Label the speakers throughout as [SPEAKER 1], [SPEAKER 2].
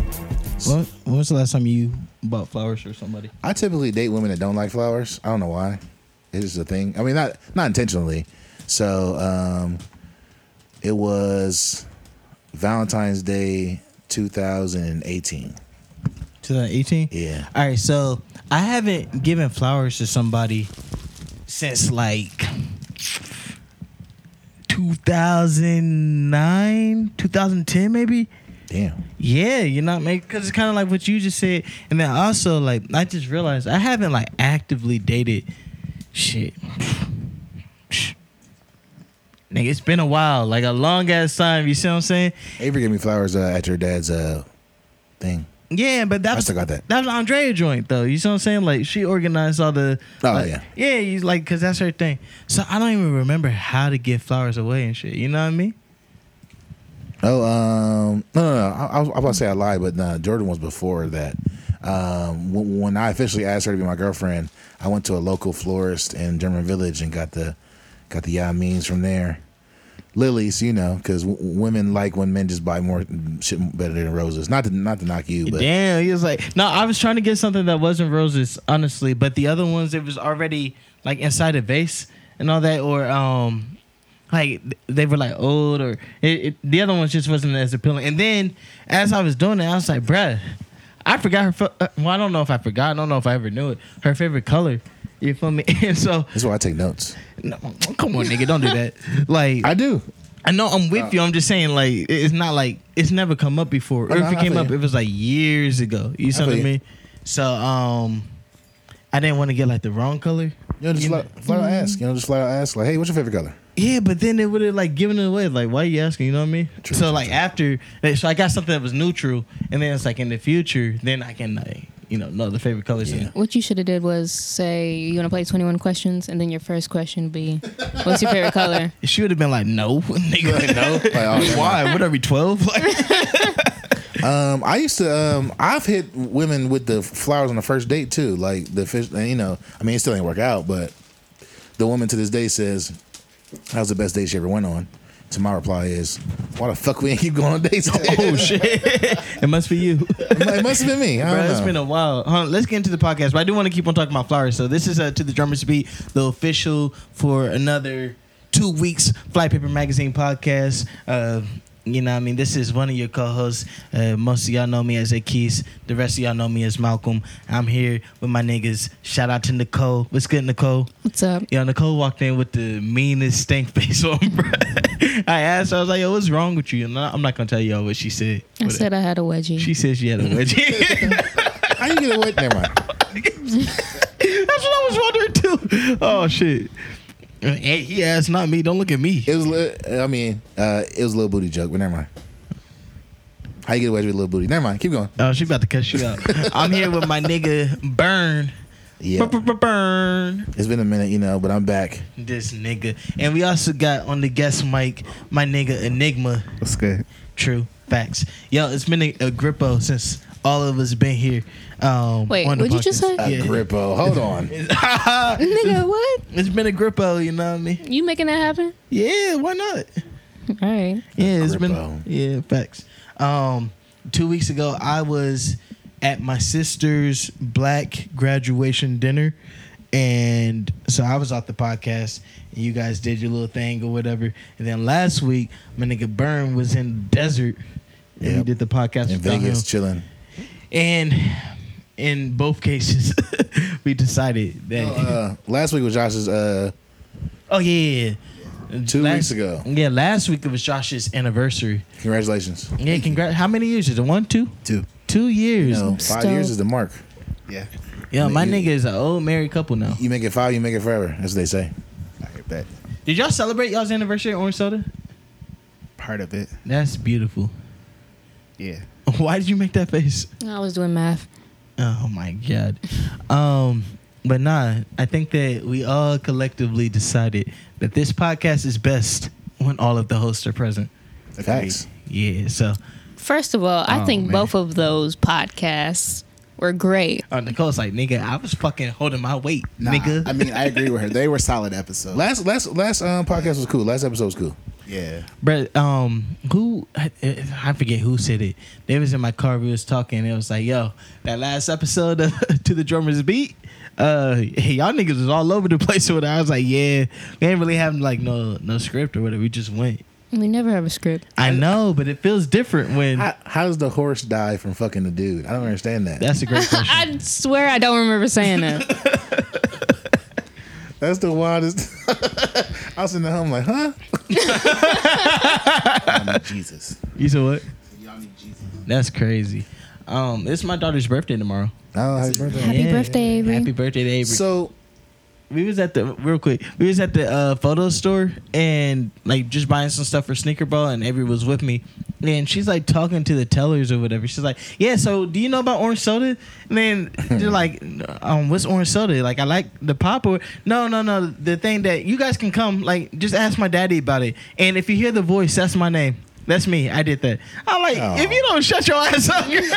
[SPEAKER 1] flowers.
[SPEAKER 2] When, when was the last time you bought flowers for somebody?
[SPEAKER 1] I typically date women that don't like flowers. I don't know why. It's just a thing. I mean, not not intentionally. So um, it was Valentine's Day 2018.
[SPEAKER 2] 2018.
[SPEAKER 1] Yeah.
[SPEAKER 2] All right, so I haven't given flowers to somebody since like 2009, 2010 maybe.
[SPEAKER 1] Damn.
[SPEAKER 2] Yeah, you're not making because it's kind of like what you just said, and then also like I just realized I haven't like actively dated shit. Nigga, it's been a while, like a long ass time. You see what I'm saying?
[SPEAKER 1] Avery gave me flowers uh, at your dad's uh, thing.
[SPEAKER 2] Yeah, but that
[SPEAKER 1] I
[SPEAKER 2] was
[SPEAKER 1] still got that.
[SPEAKER 2] That was Andrea joint though. You see what I'm saying? Like she organized all the.
[SPEAKER 1] Oh,
[SPEAKER 2] like-
[SPEAKER 1] yeah.
[SPEAKER 2] Yeah, you like because that's her thing. So I don't even remember how to give flowers away and shit. You know what I mean?
[SPEAKER 1] Oh, um, no, no, no. I, I was I was about to say I lied, but nah, Jordan was before that. Um, when, when I officially asked her to be my girlfriend, I went to a local florist in German Village and got the got the yamines from there. Lilies, you know, because w- women like when men just buy more shit better than roses. Not to not to knock you, but
[SPEAKER 2] Damn, he was like, no, I was trying to get something that wasn't roses, honestly, but the other ones it was already like inside a vase and all that, or um, like they were like old, or it, it, the other ones just wasn't as appealing. And then as I was doing it, I was like, bruh, I forgot her. fa- uh, Well, I don't know if I forgot. I don't know if I ever knew it. Her favorite color. You feel me? And so,
[SPEAKER 1] that's why I take notes.
[SPEAKER 2] no, come on, nigga, don't do that. Like,
[SPEAKER 1] I Uh. do.
[SPEAKER 2] I know I'm with you. I'm just saying, like, it- it's not like it's never come up before. Or
[SPEAKER 1] no,
[SPEAKER 2] if it
[SPEAKER 1] I
[SPEAKER 2] came
[SPEAKER 1] feel
[SPEAKER 2] up,
[SPEAKER 1] you.
[SPEAKER 2] it was like years ago. You see
[SPEAKER 1] I
[SPEAKER 2] what I
[SPEAKER 1] feel you.
[SPEAKER 2] mean? So, um, I didn't want to get like the wrong color.
[SPEAKER 1] You know, just
[SPEAKER 2] You
[SPEAKER 1] flat, flat out ask. You know, just flat out ask. Like, hey, what's your favorite color?
[SPEAKER 2] Yeah, but then they would have like given it away. Like, why you asking? You know what I mean?
[SPEAKER 1] True,
[SPEAKER 2] so,
[SPEAKER 1] true,
[SPEAKER 2] like,
[SPEAKER 1] true.
[SPEAKER 2] after, so I got something that was neutral, and then it's like in the future, then I can, like, you know, know the favorite colors.
[SPEAKER 1] Yeah.
[SPEAKER 2] Yeah.
[SPEAKER 3] What you should have did was say you want to play 21 questions, and then your first question would be, "What's your favorite color?"
[SPEAKER 2] She would have been like, no, nigga,
[SPEAKER 1] Like, oh, never mind.
[SPEAKER 2] Why? What are we twelve? Like,
[SPEAKER 1] Um, I used to. Um, I've hit women with the flowers on the first date too. Like the fish, you know. I mean, it still ain't work out, but the woman to this day says, "That was the best date she ever went on." To my reply is, "Why the fuck we ain't keep going on dates?"
[SPEAKER 2] oh shit! it must be you.
[SPEAKER 1] it must have been me. I
[SPEAKER 2] Bro,
[SPEAKER 1] don't
[SPEAKER 2] it's
[SPEAKER 1] know.
[SPEAKER 2] been a while. Hold on, let's get into the podcast, but I do want to keep on talking about flowers. So this is uh, to the drummers beat, the official for another two weeks Fly Paper Magazine podcast. Uh, you know, what I mean, this is one of your co-hosts. Uh, most of y'all know me as Akis. The rest of y'all know me as Malcolm. I'm here with my niggas. Shout out to Nicole. What's good, Nicole?
[SPEAKER 3] What's up?
[SPEAKER 2] Yo, Nicole walked in with the meanest stink face on, bro. I asked her, I was like, yo, what's wrong with you? And I- I'm not going to tell y'all what she said.
[SPEAKER 3] I
[SPEAKER 2] But
[SPEAKER 3] said I had a wedgie.
[SPEAKER 2] she said she had a wedgie.
[SPEAKER 1] How you get away? Never mind.
[SPEAKER 2] That's what I was wondering too. Oh shit. Hey, he asked, not me. Don't look at me.
[SPEAKER 1] It was. li- I mean, uh, it was a little booty joke, but never mind. How you get away with a little booty? Never mind. Keep going.
[SPEAKER 2] Oh, she about to cuss you out. I'm here with my nigga Burn.
[SPEAKER 1] Yeah,
[SPEAKER 2] Burn.
[SPEAKER 1] it's been a minute, you know, but I'm back.
[SPEAKER 2] This nigga. And we also got on the guest mic my nigga Enigma.
[SPEAKER 4] What's good?
[SPEAKER 2] True facts. Yo, it's been a, a grippo since all of us been here. Um,
[SPEAKER 3] Wait,
[SPEAKER 2] on the
[SPEAKER 3] what'd you just
[SPEAKER 2] podcast.
[SPEAKER 3] say?
[SPEAKER 2] Yeah.
[SPEAKER 1] Agrippo, hold on.
[SPEAKER 3] Nigga, what?
[SPEAKER 2] It's been a grippo, you know what I mean?
[SPEAKER 3] You making that happen?
[SPEAKER 2] Yeah, why not?
[SPEAKER 3] All right.
[SPEAKER 2] Yeah, it's been
[SPEAKER 1] Grippo.
[SPEAKER 2] yeah facts. Um, two weeks ago, I was at my sister's black graduation dinner, and so I was off the podcast. And you guys did your little thing or whatever, and then last week, my nigga Burn was in the desert. And we
[SPEAKER 1] Yep.
[SPEAKER 2] did the podcast
[SPEAKER 1] In
[SPEAKER 2] without
[SPEAKER 1] Vegas,
[SPEAKER 2] him.
[SPEAKER 1] chilling.
[SPEAKER 2] and in both cases, we decided that.
[SPEAKER 1] Uh, last week was Josh's uh,
[SPEAKER 2] oh yeah, yeah.
[SPEAKER 1] Two
[SPEAKER 2] Last-
[SPEAKER 1] weeks ago.
[SPEAKER 2] Yeah, last week it was Josh's anniversary.
[SPEAKER 1] Congratulations.
[SPEAKER 2] Yeah, congrats. How many years is it? One, two,
[SPEAKER 4] Two.
[SPEAKER 2] two years.
[SPEAKER 1] No, five
[SPEAKER 3] Stoked.
[SPEAKER 1] years is the mark.
[SPEAKER 4] Yeah.
[SPEAKER 2] Yeah, my
[SPEAKER 1] You-
[SPEAKER 2] nigga is an old married couple now.
[SPEAKER 1] You make it five, you make it forever. That's what they say.
[SPEAKER 4] I heard that
[SPEAKER 2] Did y'all celebrate y'all's anniversary at Orange Soda?
[SPEAKER 4] part of it.
[SPEAKER 2] That's beautiful.
[SPEAKER 4] Yeah.
[SPEAKER 2] Why did you make that face?
[SPEAKER 3] I was doing math.
[SPEAKER 2] Oh my god. Um, but nah, I think that we all collectively decided that this podcast is best when all of the hosts are present.
[SPEAKER 1] Facts.
[SPEAKER 2] Yeah, so
[SPEAKER 3] First of all, I
[SPEAKER 4] Oh,
[SPEAKER 3] think
[SPEAKER 4] man.
[SPEAKER 3] both of those podcasts were great.
[SPEAKER 2] uh, Nicole's like, nigga, I was fucking holding my weight,
[SPEAKER 4] Nah,
[SPEAKER 2] nigga.
[SPEAKER 4] I mean, I agree with her. They were solid episodes.
[SPEAKER 1] Last last last um podcast was cool. Last episode was cool.
[SPEAKER 4] Yeah.
[SPEAKER 2] But um, who I, I forget who said it. They was in my car. We was talking. It was like, yo, that last episode of to the drummer's beat. Uh, hey, y'all niggas was all over the place with it. I was like, yeah, we ain't really having like no no script or whatever. We just went.
[SPEAKER 3] We never have a script.
[SPEAKER 2] I know, but it feels different when.
[SPEAKER 1] How, how does the horse die from fucking the dude? I don't understand that.
[SPEAKER 2] that's a great question.
[SPEAKER 3] I swear I don't remember saying that.
[SPEAKER 1] That's the wildest. I was in the home like, huh?
[SPEAKER 4] I need Jesus.
[SPEAKER 2] You said what?
[SPEAKER 4] Y'all need Jesus.
[SPEAKER 2] That's crazy. Um, it's my daughter's birthday tomorrow.
[SPEAKER 1] Oh, happy birthday.
[SPEAKER 3] Happy birthday, Avery.
[SPEAKER 2] Happy birthday, to Avery.
[SPEAKER 1] So
[SPEAKER 2] we was at the real quick. We was at the uh, photo store and like just buying some stuff for sneaker ball, and Avery was with me. And she's like talking to the tellers or whatever. She's like, "Yeah, so do you know about orange soda?" And then they're like, um, "What's orange soda?" Like, I like the pop or no, no, no. The thing that you guys can come, like, just ask my daddy about it. And if you hear the voice, that's my name. That's me. I did that. I'm like,
[SPEAKER 1] Aw.
[SPEAKER 2] if you don't shut your ass up,
[SPEAKER 4] That's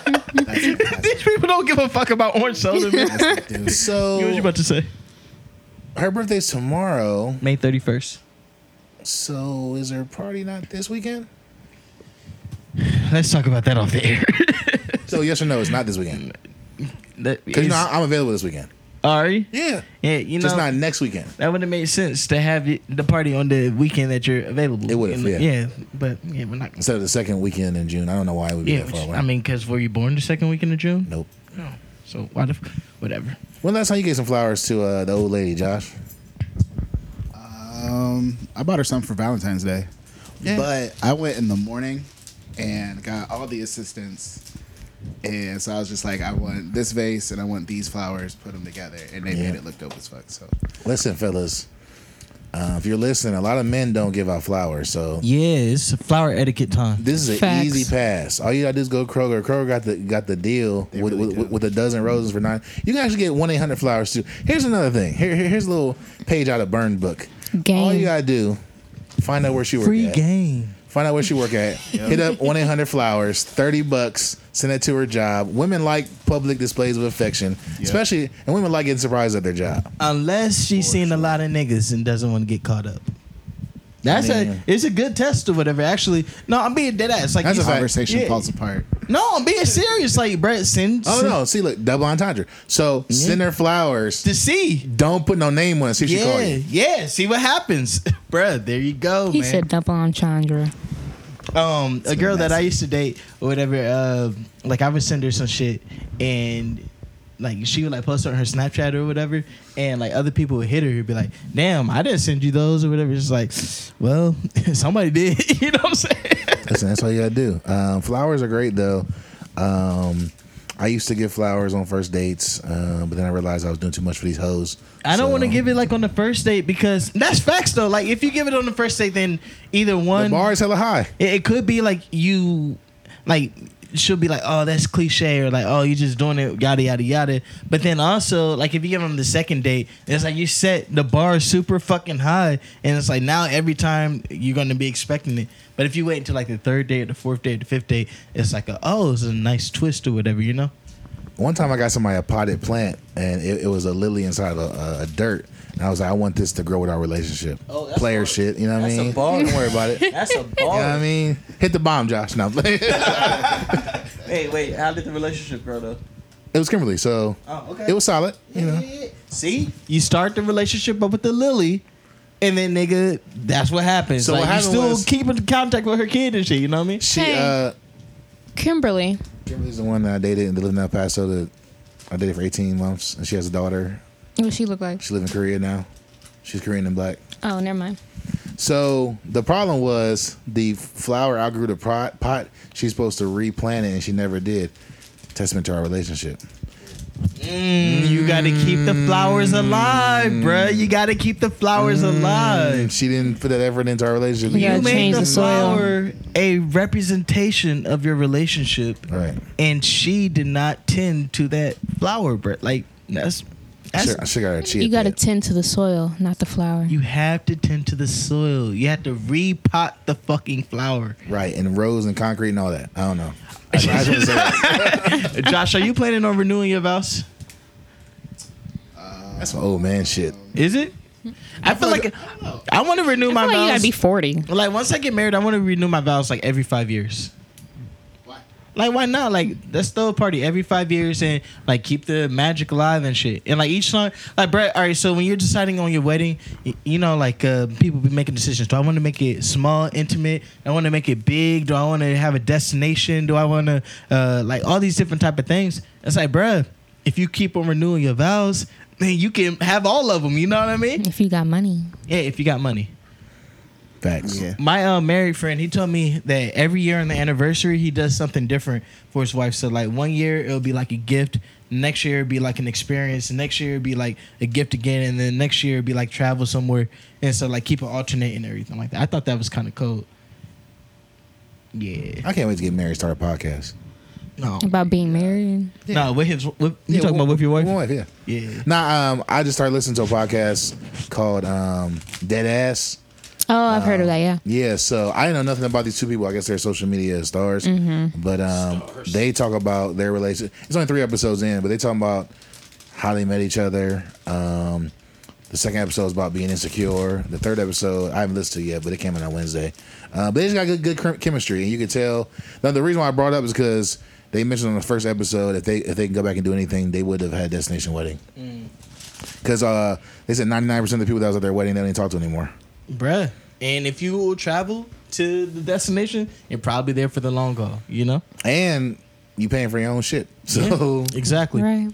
[SPEAKER 4] fantastic.
[SPEAKER 2] these people don't give a fuck about orange soda. Man. what
[SPEAKER 4] Dude,
[SPEAKER 2] was you
[SPEAKER 1] so
[SPEAKER 2] about to say?
[SPEAKER 1] her birthday's tomorrow.
[SPEAKER 2] May thirty first.
[SPEAKER 1] So is her party not this weekend?
[SPEAKER 2] Let's talk about that off the air.
[SPEAKER 1] So yes or no, it's not this weekend.
[SPEAKER 2] That
[SPEAKER 1] Because you know
[SPEAKER 2] is-
[SPEAKER 1] I- I'm available this weekend.
[SPEAKER 2] Ari,
[SPEAKER 1] Yeah.
[SPEAKER 2] yeah, you know
[SPEAKER 1] Just not next weekend.
[SPEAKER 2] that would have made sense to have it, the party on the weekend that you're available.
[SPEAKER 1] It would've,
[SPEAKER 2] You know,
[SPEAKER 1] yeah.
[SPEAKER 2] but yeah, we're not.
[SPEAKER 1] Instead of the second weekend in June. I don't know why it would be
[SPEAKER 2] Yeah,
[SPEAKER 1] that
[SPEAKER 2] which,
[SPEAKER 1] far away.
[SPEAKER 2] I mean, because were you born the second weekend of June?
[SPEAKER 1] nope.
[SPEAKER 2] So why the f- whatever?
[SPEAKER 1] When last time you gave some flowers to uh, the old lady, Josh?
[SPEAKER 4] Um, I bought her something for Valentine's Day,
[SPEAKER 2] Yeah.
[SPEAKER 4] but I went in the morning and got all the assistants, and so I was just like, I want this vase and I want these flowers, put them together, and they
[SPEAKER 1] Yeah.
[SPEAKER 4] made it look dope as fuck. So
[SPEAKER 1] Listen, fellas. Uh, if you're listening, a lot of men don't give out flowers, so
[SPEAKER 2] Yeah, it's flower etiquette time.
[SPEAKER 1] This is an
[SPEAKER 3] Facts.
[SPEAKER 1] easy pass. All you gotta do is go to Kroger. Kroger got the got the deal
[SPEAKER 4] They
[SPEAKER 1] with,
[SPEAKER 4] really
[SPEAKER 1] with,
[SPEAKER 4] do.
[SPEAKER 1] with a dozen roses for nine. You can actually get one eight hundred flowers too. Here's another thing. Here, here- here's a little page out of Burn Book.
[SPEAKER 3] Game.
[SPEAKER 1] All you gotta do, find out where she work
[SPEAKER 2] Free
[SPEAKER 1] at.
[SPEAKER 2] game.
[SPEAKER 1] Find out where she work at. Hit up one eight hundred flowers. Thirty bucks. Send it to her job. Women like public displays of affection, especially and women like getting surprised at their job.
[SPEAKER 2] Unless she's seen a lot of niggas and doesn't want to get caught up. That's
[SPEAKER 1] Man.
[SPEAKER 2] a it's a good test or whatever. Actually, no, I'm being dead ass. Like
[SPEAKER 1] That's
[SPEAKER 2] you-
[SPEAKER 1] a fact.
[SPEAKER 4] conversation
[SPEAKER 2] Yeah.
[SPEAKER 4] falls apart.
[SPEAKER 2] No, I'm being serious. Like Brett, send.
[SPEAKER 1] Oh
[SPEAKER 2] send-
[SPEAKER 1] no! See, look, double entendre. So send her flowers.
[SPEAKER 2] to see.
[SPEAKER 1] Don't put no name on it. See if she call
[SPEAKER 2] Yeah,
[SPEAKER 1] you.
[SPEAKER 2] yeah. See what happens, bruh. There you go,
[SPEAKER 3] He
[SPEAKER 2] man.
[SPEAKER 3] said double entendre.
[SPEAKER 2] um, a girl that I
[SPEAKER 4] messy.
[SPEAKER 2] used to date or whatever, uh, like I would send her some shit, and like she would like post it on her Snapchat or whatever, and like other people would hit her and be like, "Damn, I didn't send you those or whatever." It's like, well, somebody did. you know what I'm saying?
[SPEAKER 1] Listen, that's all you gotta do. Um, flowers are great though. Um, I used to give flowers on first dates, uh, but then I realized I was doing too much for these hoes.
[SPEAKER 2] I don't
[SPEAKER 1] So-
[SPEAKER 2] want to give it like on the first date because that's facts though. Like if you give it on the first date, then either
[SPEAKER 1] The
[SPEAKER 2] one
[SPEAKER 1] bar is hella high.
[SPEAKER 2] It, it could be like you, like she'll be like, "Oh, that's cliche," or like, "Oh, you just doing it," yada yada yada. But then also, like if you give them the second date, it's like you set the bar super fucking high, and it's like now every time you're gonna be expecting it. But if you wait until like the third day, or the fourth day, or the fifth day, it's like, a, "Oh, it's a nice twist or whatever," you know.
[SPEAKER 1] One time I got somebody a potted plant, and it, it was a lily inside a, a, a dirt. And I was like, I want this to grow with our relationship.
[SPEAKER 2] Oh, that's
[SPEAKER 1] Player
[SPEAKER 2] hard.
[SPEAKER 1] shit, you know what I
[SPEAKER 2] That's a
[SPEAKER 1] mean?
[SPEAKER 2] bar.
[SPEAKER 1] Don't worry about it. You
[SPEAKER 2] That's a
[SPEAKER 1] know
[SPEAKER 2] ball.
[SPEAKER 1] what I mean? Hit the bomb, Josh. No, I'm playing.
[SPEAKER 2] Hey, wait, how did the relationship grow though?
[SPEAKER 1] it was Kimberly, so
[SPEAKER 2] Oh, okay.
[SPEAKER 1] it was solid. You know,
[SPEAKER 2] See, you start the relationship up with the Lily, and then nigga, that's what happens.
[SPEAKER 1] So
[SPEAKER 2] So
[SPEAKER 1] what
[SPEAKER 2] you
[SPEAKER 1] happened
[SPEAKER 2] still
[SPEAKER 1] was-
[SPEAKER 2] keep in contact with her kid and shit. You know what I mean?
[SPEAKER 1] she
[SPEAKER 3] Hey.
[SPEAKER 1] uh,
[SPEAKER 3] Kimberly.
[SPEAKER 1] Kimberly's the one that I dated and they lived in El Paso. That I dated for 18 months, and she has a daughter.
[SPEAKER 3] What does she look like?
[SPEAKER 1] She lives in Korea now. She's Korean and black.
[SPEAKER 3] Oh, never mind.
[SPEAKER 1] So the problem was the flower outgrew the pot. pot. She's supposed to replant it, and she never did. Testament to our relationship.
[SPEAKER 2] Mm, you got to keep the flowers alive, bruh. You got to keep the flowers
[SPEAKER 1] Mm. And
[SPEAKER 2] alive.
[SPEAKER 1] she didn't put that effort into our relationship.
[SPEAKER 3] You
[SPEAKER 2] You
[SPEAKER 3] gotta
[SPEAKER 2] made
[SPEAKER 3] change
[SPEAKER 2] the,
[SPEAKER 3] the soil.
[SPEAKER 2] flower a representation of your relationship,
[SPEAKER 1] Right.
[SPEAKER 2] and she did not tend to that flower, bruh. Like that's that's
[SPEAKER 1] I should got her chia.
[SPEAKER 3] You got to
[SPEAKER 1] pet.
[SPEAKER 3] tend to the soil, not the flower.
[SPEAKER 2] you have to tend to the soil. You have to repot the fucking flower.
[SPEAKER 1] right and rows and concrete and all that. I don't know. I, I just wanna say that.
[SPEAKER 2] Josh, are you planning on renewing your vows?
[SPEAKER 1] That's some old man shit.
[SPEAKER 2] Is it? I feel like I want to renew
[SPEAKER 3] I
[SPEAKER 2] my
[SPEAKER 3] feel like you
[SPEAKER 2] vows.
[SPEAKER 3] gotta be 40.
[SPEAKER 2] like once I get married, I want to renew my vows like every five years.
[SPEAKER 4] Why?
[SPEAKER 2] Like why not? Like let's throw a party every five years and like keep the magic alive and shit. And like each time, like Brett. All right, so when you're deciding on your wedding, y- you know, like uh, people be making decisions. Do I want to make it small, intimate? Do I want to make it big? Do I want to have a destination? Do I want to uh, like all these different type of things? It's like, bruh, if you keep on renewing your vows, then you can have all of them. You know what I mean?
[SPEAKER 3] If you got money,
[SPEAKER 2] Yeah, if you got money.
[SPEAKER 1] Facts.
[SPEAKER 4] Yeah.
[SPEAKER 2] My uh, married friend, he told me that every year on the anniversary, he does something different for his wife. So, like, one year it'll be like a gift, next year it'll be like an experience, and next year it'll be like a gift again, and then next year it'll be like travel somewhere. And so, like, keep it alternating and everything like that. I thought that was kind of cool. Yeah.
[SPEAKER 1] I can't wait to get married. and Start a podcast.
[SPEAKER 2] No.
[SPEAKER 3] about being married.
[SPEAKER 2] No, with his, with, you talking about with your wife?
[SPEAKER 1] yeah.
[SPEAKER 2] Yeah.
[SPEAKER 1] Nah, um, I just started listening to a podcast called um, Dead Ass.
[SPEAKER 3] Oh, I've heard of that,
[SPEAKER 2] Uh,
[SPEAKER 3] yeah.
[SPEAKER 1] Yeah, so I didn't know nothing about these two people. I guess they're social media stars, but um, they talk about their relationship. It's only three episodes in, but they talk about how they met each other. Um, the second episode is about being insecure. The third episode I haven't listened to yet, but it came out on Wednesday. Uh, but they just got good, good chem- chemistry, and you can tell. Now the reason why I brought it up is because they mentioned on the first episode if they if they can go back and do anything, they would have had destination wedding. Because uh, they said ninety nine percent of the people that was at their wedding they don't even talk to anymore.
[SPEAKER 2] Bruh. And if you will travel to the destination, you're probably there for the long haul, you know?
[SPEAKER 1] and you paying for your own shit. So
[SPEAKER 2] Exactly.
[SPEAKER 3] Right.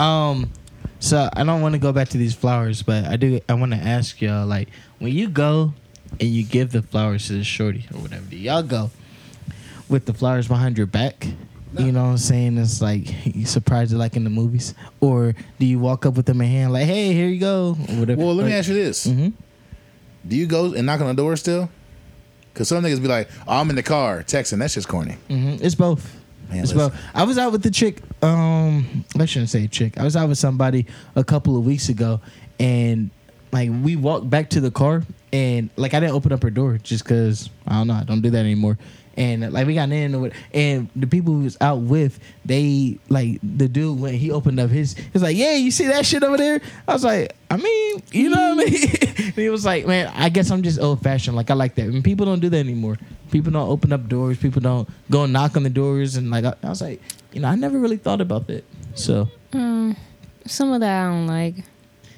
[SPEAKER 2] Um, so I don't want to go back to these flowers, but I do. I want to ask y'all, like, when you go and you give the flowers to the shorty or whatever, do y'all go with the flowers behind your back? You know what I'm saying? It's like you surprised it like in the movies, or do you walk up with them in hand, like, "Hey, here you go," or whatever.
[SPEAKER 1] well, let me
[SPEAKER 2] Like-
[SPEAKER 1] ask you this:
[SPEAKER 2] Mhm.
[SPEAKER 1] Do you go and knock on the door still? Because some niggas be like, oh, "I'm in the car texting." That's just corny.
[SPEAKER 2] hmm It's both.
[SPEAKER 1] Man,
[SPEAKER 2] it's
[SPEAKER 1] listen.
[SPEAKER 2] both. I was out with the chick. Um, I shouldn't say chick. I was out with somebody a couple of weeks ago, and like we walked back to the car, and like I didn't open up her door just because I don't know. I don't do that anymore. And like we got in, or what- and the people who was out with, they like the dude when he opened up his, he was like, "Yeah, you see that shit over there?" I was like, "I mean, you know what I mean?" and he was like, "Man, I guess I'm just old fashioned. Like I like that. And people don't do that anymore. People don't open up doors. People don't go and knock on the doors. And like I, I was like, you know, I never really thought about that. So,
[SPEAKER 3] Um, some of that I don't like.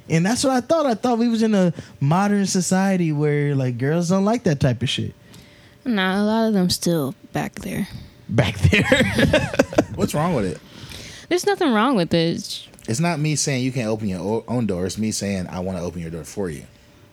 [SPEAKER 2] and that's what I thought. I thought we was in a modern society where like girls don't like that type of shit
[SPEAKER 3] Nah, a lot of them still back there.
[SPEAKER 2] back there.
[SPEAKER 1] What's wrong with it?
[SPEAKER 3] There's nothing wrong with it.
[SPEAKER 1] It's not me saying you can't open your o- own door. It's me saying I want to open your door for you.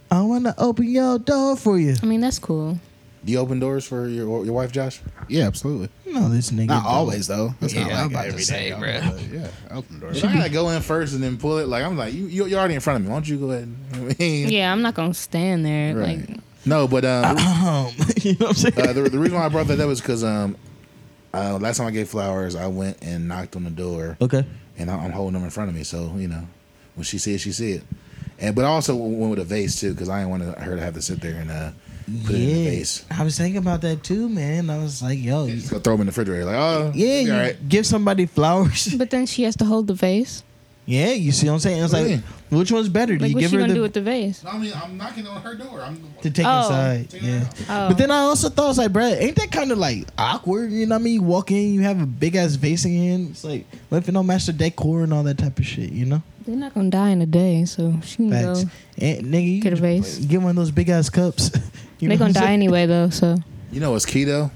[SPEAKER 2] I wanna open your door for you.
[SPEAKER 3] I mean, that's cool.
[SPEAKER 1] Do you open doors for your your wife, Josh?
[SPEAKER 4] Yeah, absolutely.
[SPEAKER 2] No, this nigga.
[SPEAKER 4] Not
[SPEAKER 2] don't.
[SPEAKER 4] always though. That's
[SPEAKER 2] Yeah,
[SPEAKER 4] not like
[SPEAKER 2] I'm about to
[SPEAKER 4] every day,
[SPEAKER 2] say,
[SPEAKER 4] y'all,
[SPEAKER 2] bruh.
[SPEAKER 4] but Yeah, open the door.
[SPEAKER 1] If I gotta go in first and then pull it. Like I'm like you, you you're already in front of me. Why don't you go ahead? and- I mean,
[SPEAKER 3] Yeah, I'm not gonna stand there.
[SPEAKER 1] Right.
[SPEAKER 3] Like,
[SPEAKER 1] no, but um,
[SPEAKER 2] Um, you know what I'm saying?
[SPEAKER 1] uh, the, the reason why I brought that up is because um, uh, last time I gave flowers, I went and knocked on the door.
[SPEAKER 2] okay.
[SPEAKER 1] and I- I'm holding them in front of me. So you know, when she see it, she see it. And but I also went with a vase too because I didn't want her to have to sit there and uh, put it in the vase.
[SPEAKER 2] I was thinking about that too, man. I was like, yo, you-
[SPEAKER 1] Just go throw them in the refrigerator. Like oh
[SPEAKER 2] yeah,
[SPEAKER 1] it'll be
[SPEAKER 2] you
[SPEAKER 1] all right.
[SPEAKER 2] give somebody flowers.
[SPEAKER 3] but then she has to hold the vase.
[SPEAKER 2] Yeah, you see what I'm saying? It's
[SPEAKER 1] What do you
[SPEAKER 2] like, which one's better? Do
[SPEAKER 3] Like,
[SPEAKER 2] you
[SPEAKER 3] what's
[SPEAKER 2] give
[SPEAKER 3] she
[SPEAKER 2] her
[SPEAKER 3] gonna
[SPEAKER 2] the,
[SPEAKER 3] do with the vase?
[SPEAKER 4] I mean, I'm knocking on her door. I'm
[SPEAKER 2] to take
[SPEAKER 3] Oh.
[SPEAKER 2] inside?
[SPEAKER 4] Take it
[SPEAKER 2] Yeah.
[SPEAKER 4] out.
[SPEAKER 3] Oh.
[SPEAKER 2] But then I also thought, I was like, bruh, ain't that kind of like awkward? You know what I mean? You walk in, you have a big ass vase in your hand. It's like, what if it don't match the decor and all that type of shit, you know?
[SPEAKER 3] Oh, They're not gonna die in a day, so she can
[SPEAKER 2] Facts.
[SPEAKER 3] go.
[SPEAKER 2] And, nigga, you
[SPEAKER 3] Get a
[SPEAKER 2] just
[SPEAKER 3] vase.
[SPEAKER 2] Get one of those big ass cups. You
[SPEAKER 3] They're
[SPEAKER 2] know what
[SPEAKER 3] gonna
[SPEAKER 2] I'm
[SPEAKER 3] die
[SPEAKER 2] saying?
[SPEAKER 3] anyway, though. So
[SPEAKER 1] You know what's key though?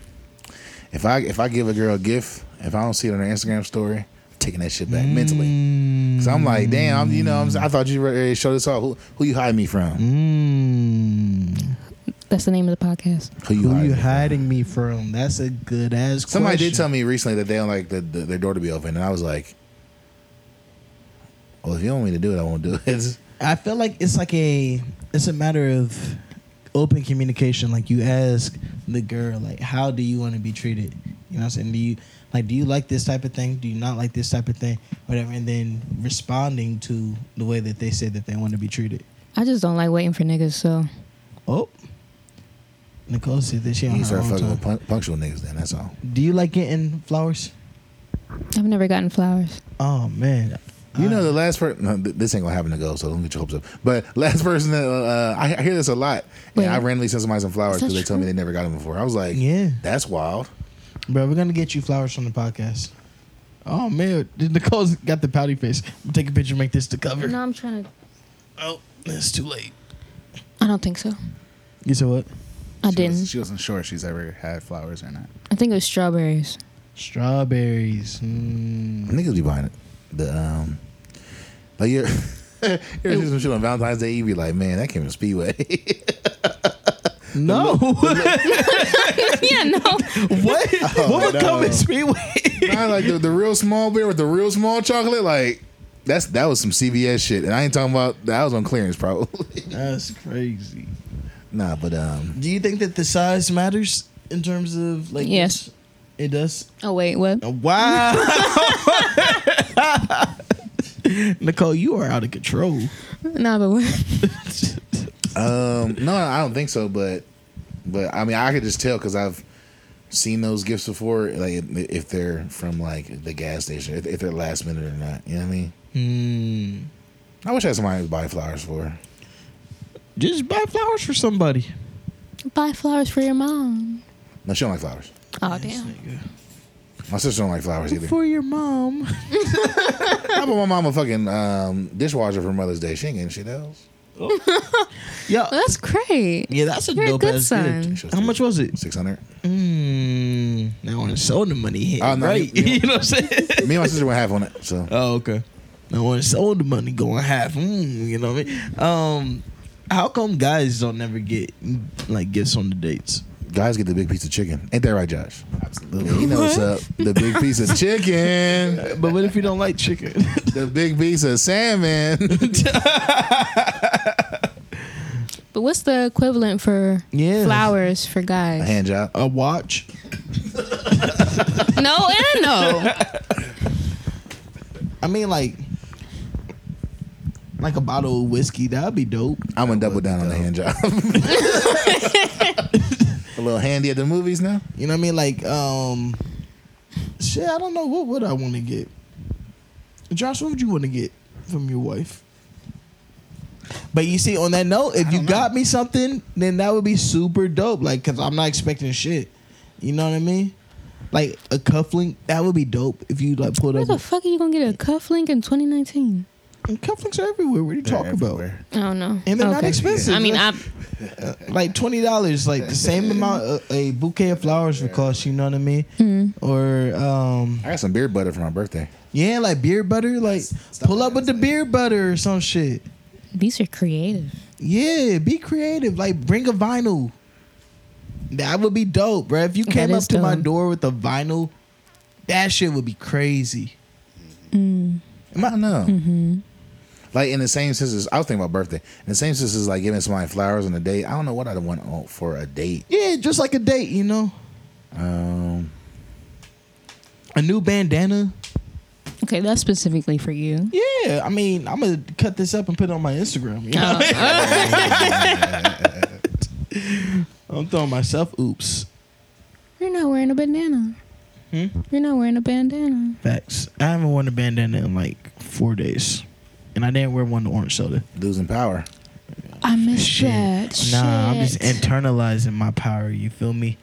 [SPEAKER 1] If I if I give a girl a gift, if I don't see it on her Instagram story, I'm taking that shit back mentally.
[SPEAKER 2] Mm.
[SPEAKER 1] Cause I'm like, damn, I'm, you know, I'm, I thought you ready to show this off. Who who you hide me from?
[SPEAKER 2] Mm.
[SPEAKER 3] that's the name of the podcast.
[SPEAKER 1] Who you
[SPEAKER 2] Who
[SPEAKER 1] hide?
[SPEAKER 2] you
[SPEAKER 1] me from?
[SPEAKER 2] hiding me from? That's a good ass question.
[SPEAKER 1] Somebody did tell me recently that they don't like the, the, their door to be open, and I was like, well, if you don't want me to do it, I won't do it.
[SPEAKER 2] I feel like it's like a it's a matter of open communication. Like you ask the girl, like, how do you want to be treated? You know what I'm saying? Do you like do you like this type of thing? Do you not like this type of thing? Whatever, and then responding to the way that they said that they want to be treated.
[SPEAKER 3] I just don't like waiting for niggas, so
[SPEAKER 2] Oh. Nicole said that she
[SPEAKER 1] You
[SPEAKER 2] on
[SPEAKER 1] need to
[SPEAKER 2] her
[SPEAKER 1] start
[SPEAKER 2] own
[SPEAKER 1] fucking with
[SPEAKER 2] time.
[SPEAKER 1] pun- punctual niggas. Then that's all.
[SPEAKER 2] Do you like getting flowers?
[SPEAKER 3] I've never gotten flowers.
[SPEAKER 2] Oh man.
[SPEAKER 1] You know, the last person, no, th- this ain't gonna happen to go, so don't get your hopes up. But last person that, uh, I, I hear this a lot.
[SPEAKER 3] Wait.
[SPEAKER 1] and I randomly sent somebody some flowers
[SPEAKER 3] Is that
[SPEAKER 1] because they told me
[SPEAKER 3] true?
[SPEAKER 1] they never got them before. I was like,
[SPEAKER 2] Yeah.
[SPEAKER 1] that's wild.
[SPEAKER 2] Bro, we're gonna get you flowers from the podcast. Oh man, Nicole's got the pouty face. I'm take a picture, make this the cover.
[SPEAKER 3] No, I'm trying to.
[SPEAKER 2] Oh, it's too late.
[SPEAKER 3] I don't think so.
[SPEAKER 2] You said what?
[SPEAKER 3] I
[SPEAKER 4] she
[SPEAKER 3] didn't.
[SPEAKER 4] Was, she wasn't sure if she's ever had flowers or not.
[SPEAKER 3] I think it was strawberries.
[SPEAKER 2] Strawberries. Mm.
[SPEAKER 1] Niggas be buying it. The, um, like you're, you're some shit on Valentine's Day, you be like, man, that came from Speedway.
[SPEAKER 2] No.
[SPEAKER 3] yeah, no.
[SPEAKER 2] what? what would
[SPEAKER 1] no.
[SPEAKER 2] come in Speedway?
[SPEAKER 1] Nah, like the, the real small beer with the real small chocolate, like that's that was some CVS shit, and I ain't talking about that was on clearance probably.
[SPEAKER 2] That's crazy.
[SPEAKER 1] nah, but um,
[SPEAKER 2] Do you think that the size matters in terms of like?
[SPEAKER 3] Yes.
[SPEAKER 2] It does.
[SPEAKER 3] Oh wait, what?
[SPEAKER 2] Oh, wow. Nicole, you are out of control.
[SPEAKER 3] Nah, but what?
[SPEAKER 1] um, no, I don't think so, but but I mean I could just tell because I've seen those gifts before, like if they're from like the gas station, if, if they're last minute or not, you know what I mean.
[SPEAKER 2] Hmm.
[SPEAKER 1] I wish I had somebody to buy flowers for.
[SPEAKER 2] Just buy flowers for somebody.
[SPEAKER 3] Buy flowers for your mom.
[SPEAKER 1] No, she don't like flowers.
[SPEAKER 3] Oh damn.
[SPEAKER 1] My sister don't like flowers either.
[SPEAKER 2] For your mom.
[SPEAKER 1] I bought my mom a fucking um, dishwasher for Mother's Day. She ain't getting shit else.
[SPEAKER 2] yeah.
[SPEAKER 3] Well, that's great.
[SPEAKER 2] Yeah, that's a
[SPEAKER 3] You're a
[SPEAKER 2] dope
[SPEAKER 3] good
[SPEAKER 2] ass
[SPEAKER 3] son.
[SPEAKER 2] gift. How much was it?
[SPEAKER 1] Six hundred.
[SPEAKER 2] Mm, now on soda money hit,
[SPEAKER 1] Oh, no,
[SPEAKER 2] right?
[SPEAKER 1] you- you-
[SPEAKER 2] you know what I'm saying?
[SPEAKER 1] Me and my sister went half on it, so
[SPEAKER 2] oh, okay. Now on soda money going half. Mm, you know what I mean? Um, how come guys don't never get like gifts on the dates?
[SPEAKER 1] Guys get the big piece of chicken. Ain't that right, Josh? Absolutely. You know what's up. The big piece of chicken.
[SPEAKER 2] But what if you don't like chicken?
[SPEAKER 1] The big piece of salmon.
[SPEAKER 3] But what's the equivalent for
[SPEAKER 2] Yeah.
[SPEAKER 3] flowers for
[SPEAKER 1] A
[SPEAKER 3] guys?
[SPEAKER 1] hand job.
[SPEAKER 2] A watch.
[SPEAKER 3] no and a no.
[SPEAKER 2] I mean, like, like a bottle of whiskey. That'd be dope.
[SPEAKER 1] I'm gonna double down on the hand job. A little handy at the movies now.
[SPEAKER 2] You know what I mean? Like, um, shit. I don't know what would I want to get. Josh, what would you want to get from your wife? But you see, on that note, if you got me something, then that would be super dope. Like, cause I'm not expecting shit. You know what I mean? Like a cufflink, that would be dope if you like pulled
[SPEAKER 3] Where
[SPEAKER 2] up.
[SPEAKER 3] the fuck are you gonna get a cufflink in 2019?
[SPEAKER 2] And cufflinks are everywhere. What are you talking about?
[SPEAKER 3] I don't know.
[SPEAKER 2] And they're not expensive.
[SPEAKER 3] I mean, I
[SPEAKER 2] like twenty dollars, like the same amount a, a bouquet of flowers would cost. You know what I mean?
[SPEAKER 3] Mm-hmm.
[SPEAKER 2] Or um,
[SPEAKER 1] I got some beard butter for my birthday.
[SPEAKER 2] yeah, like beard butter. Like
[SPEAKER 4] Stop
[SPEAKER 2] pull up
[SPEAKER 4] that,
[SPEAKER 2] with the
[SPEAKER 4] like-
[SPEAKER 2] beard butter or some shit.
[SPEAKER 3] these are creative.
[SPEAKER 2] Yeah, be creative. Like bring a vinyl. That would be dope, bro. If you came up
[SPEAKER 3] is
[SPEAKER 2] to my
[SPEAKER 3] dope.
[SPEAKER 2] door with a vinyl, that shit would be crazy.
[SPEAKER 1] I don't know.
[SPEAKER 3] Mm-hmm.
[SPEAKER 1] Like in the same sense as I was thinking about birthday. In the same sense as like giving somebody flowers on a date. I don't know what I'd want on- for a date.
[SPEAKER 2] Yeah, just like a date, you know.
[SPEAKER 1] Um,
[SPEAKER 2] A new bandana.
[SPEAKER 3] Okay, that's specifically for you.
[SPEAKER 2] Yeah, I mean, I'm gonna cut this up and put it on my Instagram. You know? I'm throwing myself oops.
[SPEAKER 3] You're not wearing a bandana.
[SPEAKER 2] Hmm?
[SPEAKER 3] You're not wearing a bandana.
[SPEAKER 2] Facts. I haven't worn a bandana in like four days, and I didn't wear one to orange soda.
[SPEAKER 1] losing power.
[SPEAKER 3] I miss
[SPEAKER 2] Shit.
[SPEAKER 3] that.
[SPEAKER 2] Nah, I'm just
[SPEAKER 3] Shit.
[SPEAKER 2] internalizing my power. You feel me?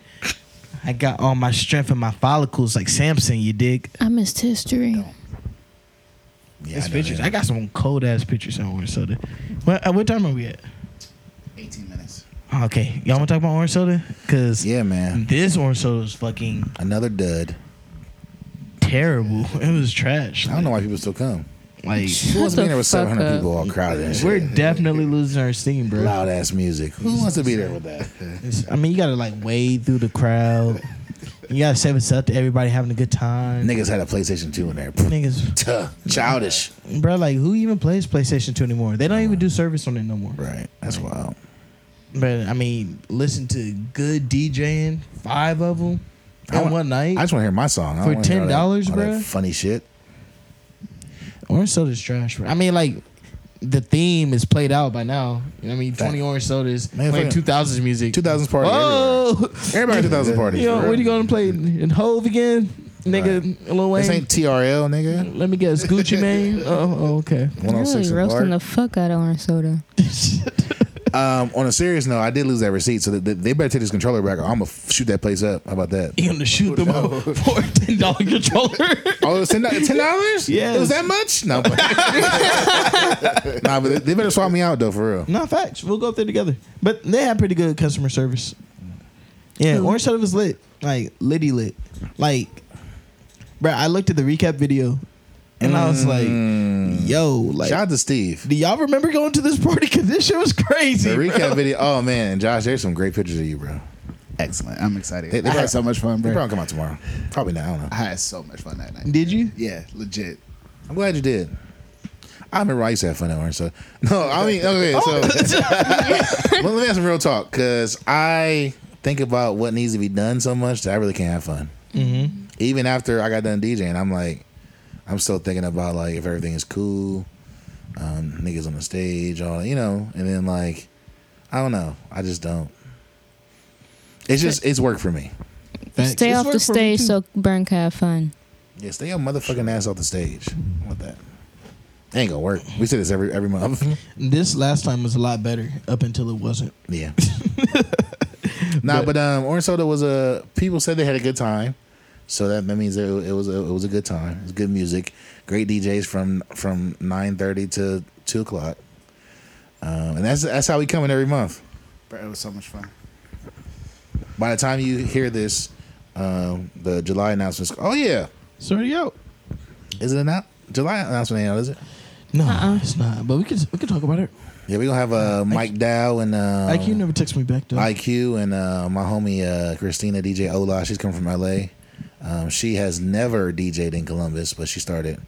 [SPEAKER 2] I got all my strength and my follicles like Samson. You dig?
[SPEAKER 3] I missed history.
[SPEAKER 1] Yeah,
[SPEAKER 2] It's
[SPEAKER 1] I know
[SPEAKER 2] pictures.
[SPEAKER 1] that.
[SPEAKER 2] I got some cold ass pictures on orange soda. What, uh, what time are we at?
[SPEAKER 4] 18 minutes.
[SPEAKER 2] Oh, Okay, y'all want to talk about orange soda? Cause
[SPEAKER 1] Yeah, man.
[SPEAKER 2] this orange soda is fucking
[SPEAKER 3] Mm.
[SPEAKER 1] Another dud.
[SPEAKER 2] terrible. It was trash.
[SPEAKER 1] I don't know why people still come.
[SPEAKER 2] Like
[SPEAKER 1] Who wants to
[SPEAKER 3] Shut
[SPEAKER 1] be
[SPEAKER 3] the
[SPEAKER 1] there with
[SPEAKER 3] fuck
[SPEAKER 1] 700
[SPEAKER 3] up.
[SPEAKER 1] people all crowded and
[SPEAKER 2] we're
[SPEAKER 1] shit?
[SPEAKER 2] definitely losing our steam, bro.
[SPEAKER 1] Loud ass music. Who wants to be there with that?
[SPEAKER 2] It's- I mean, you gotta like wade through the crowd. You gotta save us up to everybody having a good time.
[SPEAKER 1] Niggas had a PlayStation 2 in there.
[SPEAKER 2] Niggas,
[SPEAKER 1] Tuh, Childish.
[SPEAKER 2] bro, like who even plays PlayStation 2 anymore? They don't even do service on it no more.
[SPEAKER 1] Right. That's wild.
[SPEAKER 2] But I mean, listen to good DJing, five of them
[SPEAKER 1] I
[SPEAKER 2] on
[SPEAKER 1] want-
[SPEAKER 2] one night.
[SPEAKER 1] I just want to hear my song. I
[SPEAKER 2] For
[SPEAKER 1] wanna hear all that-
[SPEAKER 2] $10,
[SPEAKER 1] all that
[SPEAKER 2] bruh?
[SPEAKER 1] Funny shit.
[SPEAKER 2] orange soda's trash, bro. I mean, like the theme is played out by now. You know what I mean,
[SPEAKER 1] Fact.
[SPEAKER 2] 20 orange sodas
[SPEAKER 1] Man,
[SPEAKER 2] playing
[SPEAKER 1] fucking-
[SPEAKER 2] 2000s music.
[SPEAKER 1] 2000s party.
[SPEAKER 2] Whoa!
[SPEAKER 1] Everywhere. Everybody 2000s party.
[SPEAKER 2] Yo,
[SPEAKER 1] bruh.
[SPEAKER 2] where you going to play in Hove again? nigga Lil
[SPEAKER 1] This
[SPEAKER 2] Wayne.
[SPEAKER 1] ain't TRL, nigga.
[SPEAKER 2] Let me guess, Gucci Mane. Oh, oh, okay.
[SPEAKER 3] really
[SPEAKER 1] 106 and
[SPEAKER 3] roasting
[SPEAKER 1] Bart.
[SPEAKER 3] the fuck out of orange soda.
[SPEAKER 1] Um, on a serious note, I did lose that receipt, so they, they- they better take this controller back. Or I'm gonna shoot that place up. How about that?
[SPEAKER 2] You gonna shoot them up for a ten dollar controller?
[SPEAKER 1] Oh, it was ten dollars?
[SPEAKER 2] Yes.
[SPEAKER 1] it was that much? No, but, nah, but they- they better swap me out though, for real.
[SPEAKER 2] no facts. We'll go up there together. But they had pretty good customer service. Yeah,
[SPEAKER 3] Who?
[SPEAKER 2] Orange Soda was lit, like litty lit. Like, bruh, I looked at the recap video, and I was like, "Yo, like,
[SPEAKER 1] Shout out to Steve.
[SPEAKER 2] do y'all remember going to this party? Cause this shit was
[SPEAKER 1] The
[SPEAKER 2] crazy."
[SPEAKER 1] recap
[SPEAKER 2] bro.
[SPEAKER 1] video. Oh man, Josh, there's some great pictures of you, bro.
[SPEAKER 4] Excellent. I'm excited.
[SPEAKER 1] They- they
[SPEAKER 4] I
[SPEAKER 1] probably-
[SPEAKER 4] had so much fun,
[SPEAKER 1] They
[SPEAKER 4] bro.
[SPEAKER 1] probably come out tomorrow. Probably not. I don't know.
[SPEAKER 4] I had so much fun that night.
[SPEAKER 2] Did you?
[SPEAKER 4] Yeah, legit.
[SPEAKER 1] I'm glad you did. I remember I used to have fun at Orange. So no, I mean okay. So well, let me have some real talk because I think about what needs to be done so much that I really can't have fun.
[SPEAKER 2] Mm-hmm.
[SPEAKER 1] Even after I got done DJing, I'm like, I'm still thinking about like if everything is cool, um, niggas on the stage, all that, you know, and then like, I don't know, I just don't. It's just it's work for me.
[SPEAKER 3] Stay off the stage so Burn can have fun.
[SPEAKER 1] Yeah, stay your motherfucking ass off the stage. What that? Ain't gonna work. We say this every every month.
[SPEAKER 2] This last time was a lot better up until it wasn't.
[SPEAKER 1] Yeah. nah, but, um, orange soda was a. People said they had a good time, so that, that means it, it was a, it was a good time. It was good music, great DJs from from nine thirty to two o'clock, um, and that's that's how we come in every month.
[SPEAKER 4] Bro, it was so much fun.
[SPEAKER 1] By the time you hear this, um, the July announcements. Oh yeah,
[SPEAKER 2] Sorry out.
[SPEAKER 1] is it an out? July announcement ain't out, is it?
[SPEAKER 2] No,
[SPEAKER 3] Uh-uh.
[SPEAKER 2] it's not. But we could we could talk about it.
[SPEAKER 1] Yeah, we gonna have uh, Mike Dow and uh,
[SPEAKER 2] IQ never texts me back though.
[SPEAKER 1] IQ and uh, my homie uh, Christina DJ Ola. She's coming from LA. Um, she has never DJ'd in Columbus, but she started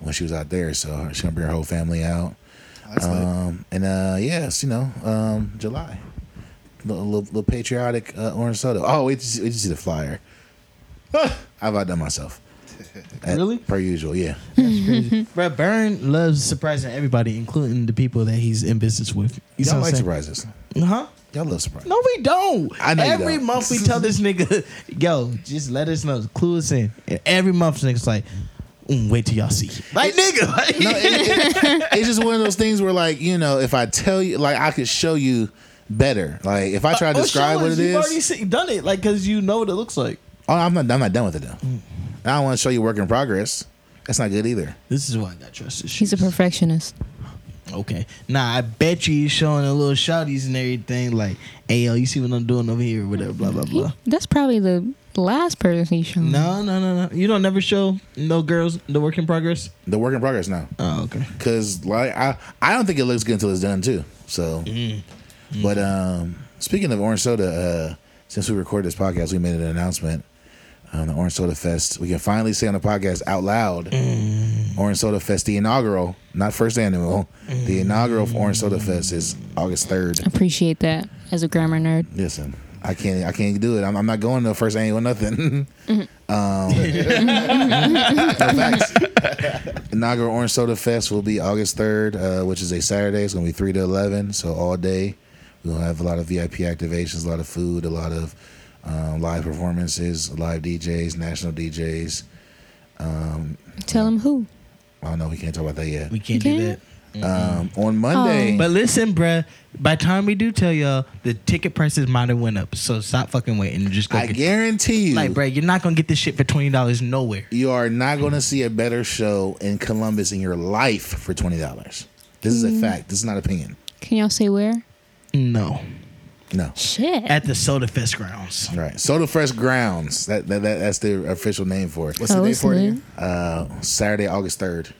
[SPEAKER 1] when she was out there. So she's gonna bring her whole family out.
[SPEAKER 4] That's lit.
[SPEAKER 1] Um, and uh, yes, you know, um, July, the little, little patriotic uh, orange soda. Oh, wait, to see- wait to see the flyer. I've outdone myself. At-
[SPEAKER 2] Really?
[SPEAKER 1] Per usual, yeah.
[SPEAKER 2] That's crazy. Bro, Burn loves surprising everybody, including the people that he's in business with. You
[SPEAKER 1] Y'all
[SPEAKER 2] know what
[SPEAKER 1] like
[SPEAKER 2] I'm
[SPEAKER 1] surprises.
[SPEAKER 2] saying? Huh?
[SPEAKER 1] Y'all love surprises.
[SPEAKER 2] No, we don't.
[SPEAKER 1] I know you
[SPEAKER 2] every
[SPEAKER 1] don't.
[SPEAKER 2] month we tell this nigga, yo, just let us know, clue us in. And every month, niggas like, mm, wait till y'all see. Like nigga, like,
[SPEAKER 1] No, it- it- it's just one of those things where, like, you know, if I tell you, like, I could show you better. Like, if I try to
[SPEAKER 2] Oh,
[SPEAKER 1] describe
[SPEAKER 2] show
[SPEAKER 1] what
[SPEAKER 2] us.
[SPEAKER 1] it
[SPEAKER 2] You've already
[SPEAKER 1] is,
[SPEAKER 2] se- done it, like, cause you know what it looks like.
[SPEAKER 1] oh, I'm not, I'm not done with it though. I don't want to show you work in progress. That's not good either.
[SPEAKER 2] This is why I got trust issues.
[SPEAKER 3] He's a perfectionist.
[SPEAKER 2] Okay. Nah, I bet you he's showing the little shouties and everything, like, hey, yo, you see what I'm doing over here, or whatever, blah, blah,
[SPEAKER 3] He,
[SPEAKER 2] blah.
[SPEAKER 3] that's probably the last person he's shown.
[SPEAKER 2] No, no, no, no. You don't never show no girls the work in progress?
[SPEAKER 1] The work in progress now,
[SPEAKER 2] Oh, okay.
[SPEAKER 1] because like I, I don't think it looks good until it's done too. So, but um, speaking of orange soda, uh, since we recorded this podcast, we made an announcement. Um, the Orange Soda Fest. We can finally say on the podcast out loud, Orange Soda Fest, the inaugural, not first annual, the inaugural of Orange Soda Fest is August third.
[SPEAKER 3] Appreciate that as a grammar nerd.
[SPEAKER 1] Listen, I can't. I can't do it. I'm, I'm not going to the first annual. Nothing. um, no facts. Inaugural Orange Soda Fest will be August third, uh, which is a Saturday. It's gonna be three to eleven, so all day. We'll have a lot of VIP activations, a lot of food, a lot of um, live performances, live DJs, national DJs.
[SPEAKER 3] Tell him who.
[SPEAKER 1] Oh no, we can't talk about that yet.
[SPEAKER 2] We can't
[SPEAKER 3] Okay.
[SPEAKER 2] do that.
[SPEAKER 1] Um, on Monday,
[SPEAKER 2] But listen, bruh, by the time we do tell y'all, the ticket prices might have went up. So stop fucking waiting and just go
[SPEAKER 1] I
[SPEAKER 2] get
[SPEAKER 1] guarantee you,
[SPEAKER 2] Oh. Like, bruh, you're not going to get this shit for $20 nowhere.
[SPEAKER 1] you are not going to see a better show in Columbus in your life for twenty dollars. This is
[SPEAKER 4] Mm-hmm.
[SPEAKER 1] a fact. This is not opinion.
[SPEAKER 3] Can y'all say where?
[SPEAKER 2] No.
[SPEAKER 1] No.
[SPEAKER 3] Shit.
[SPEAKER 2] At the Soda Fest grounds.
[SPEAKER 1] Right. Soda Fresh Grounds. That, that, that that's the official name for it.
[SPEAKER 4] What's the
[SPEAKER 3] Oh,
[SPEAKER 4] day
[SPEAKER 3] it's
[SPEAKER 4] for it
[SPEAKER 3] lit.
[SPEAKER 4] again?
[SPEAKER 1] Uh, Saturday, August third,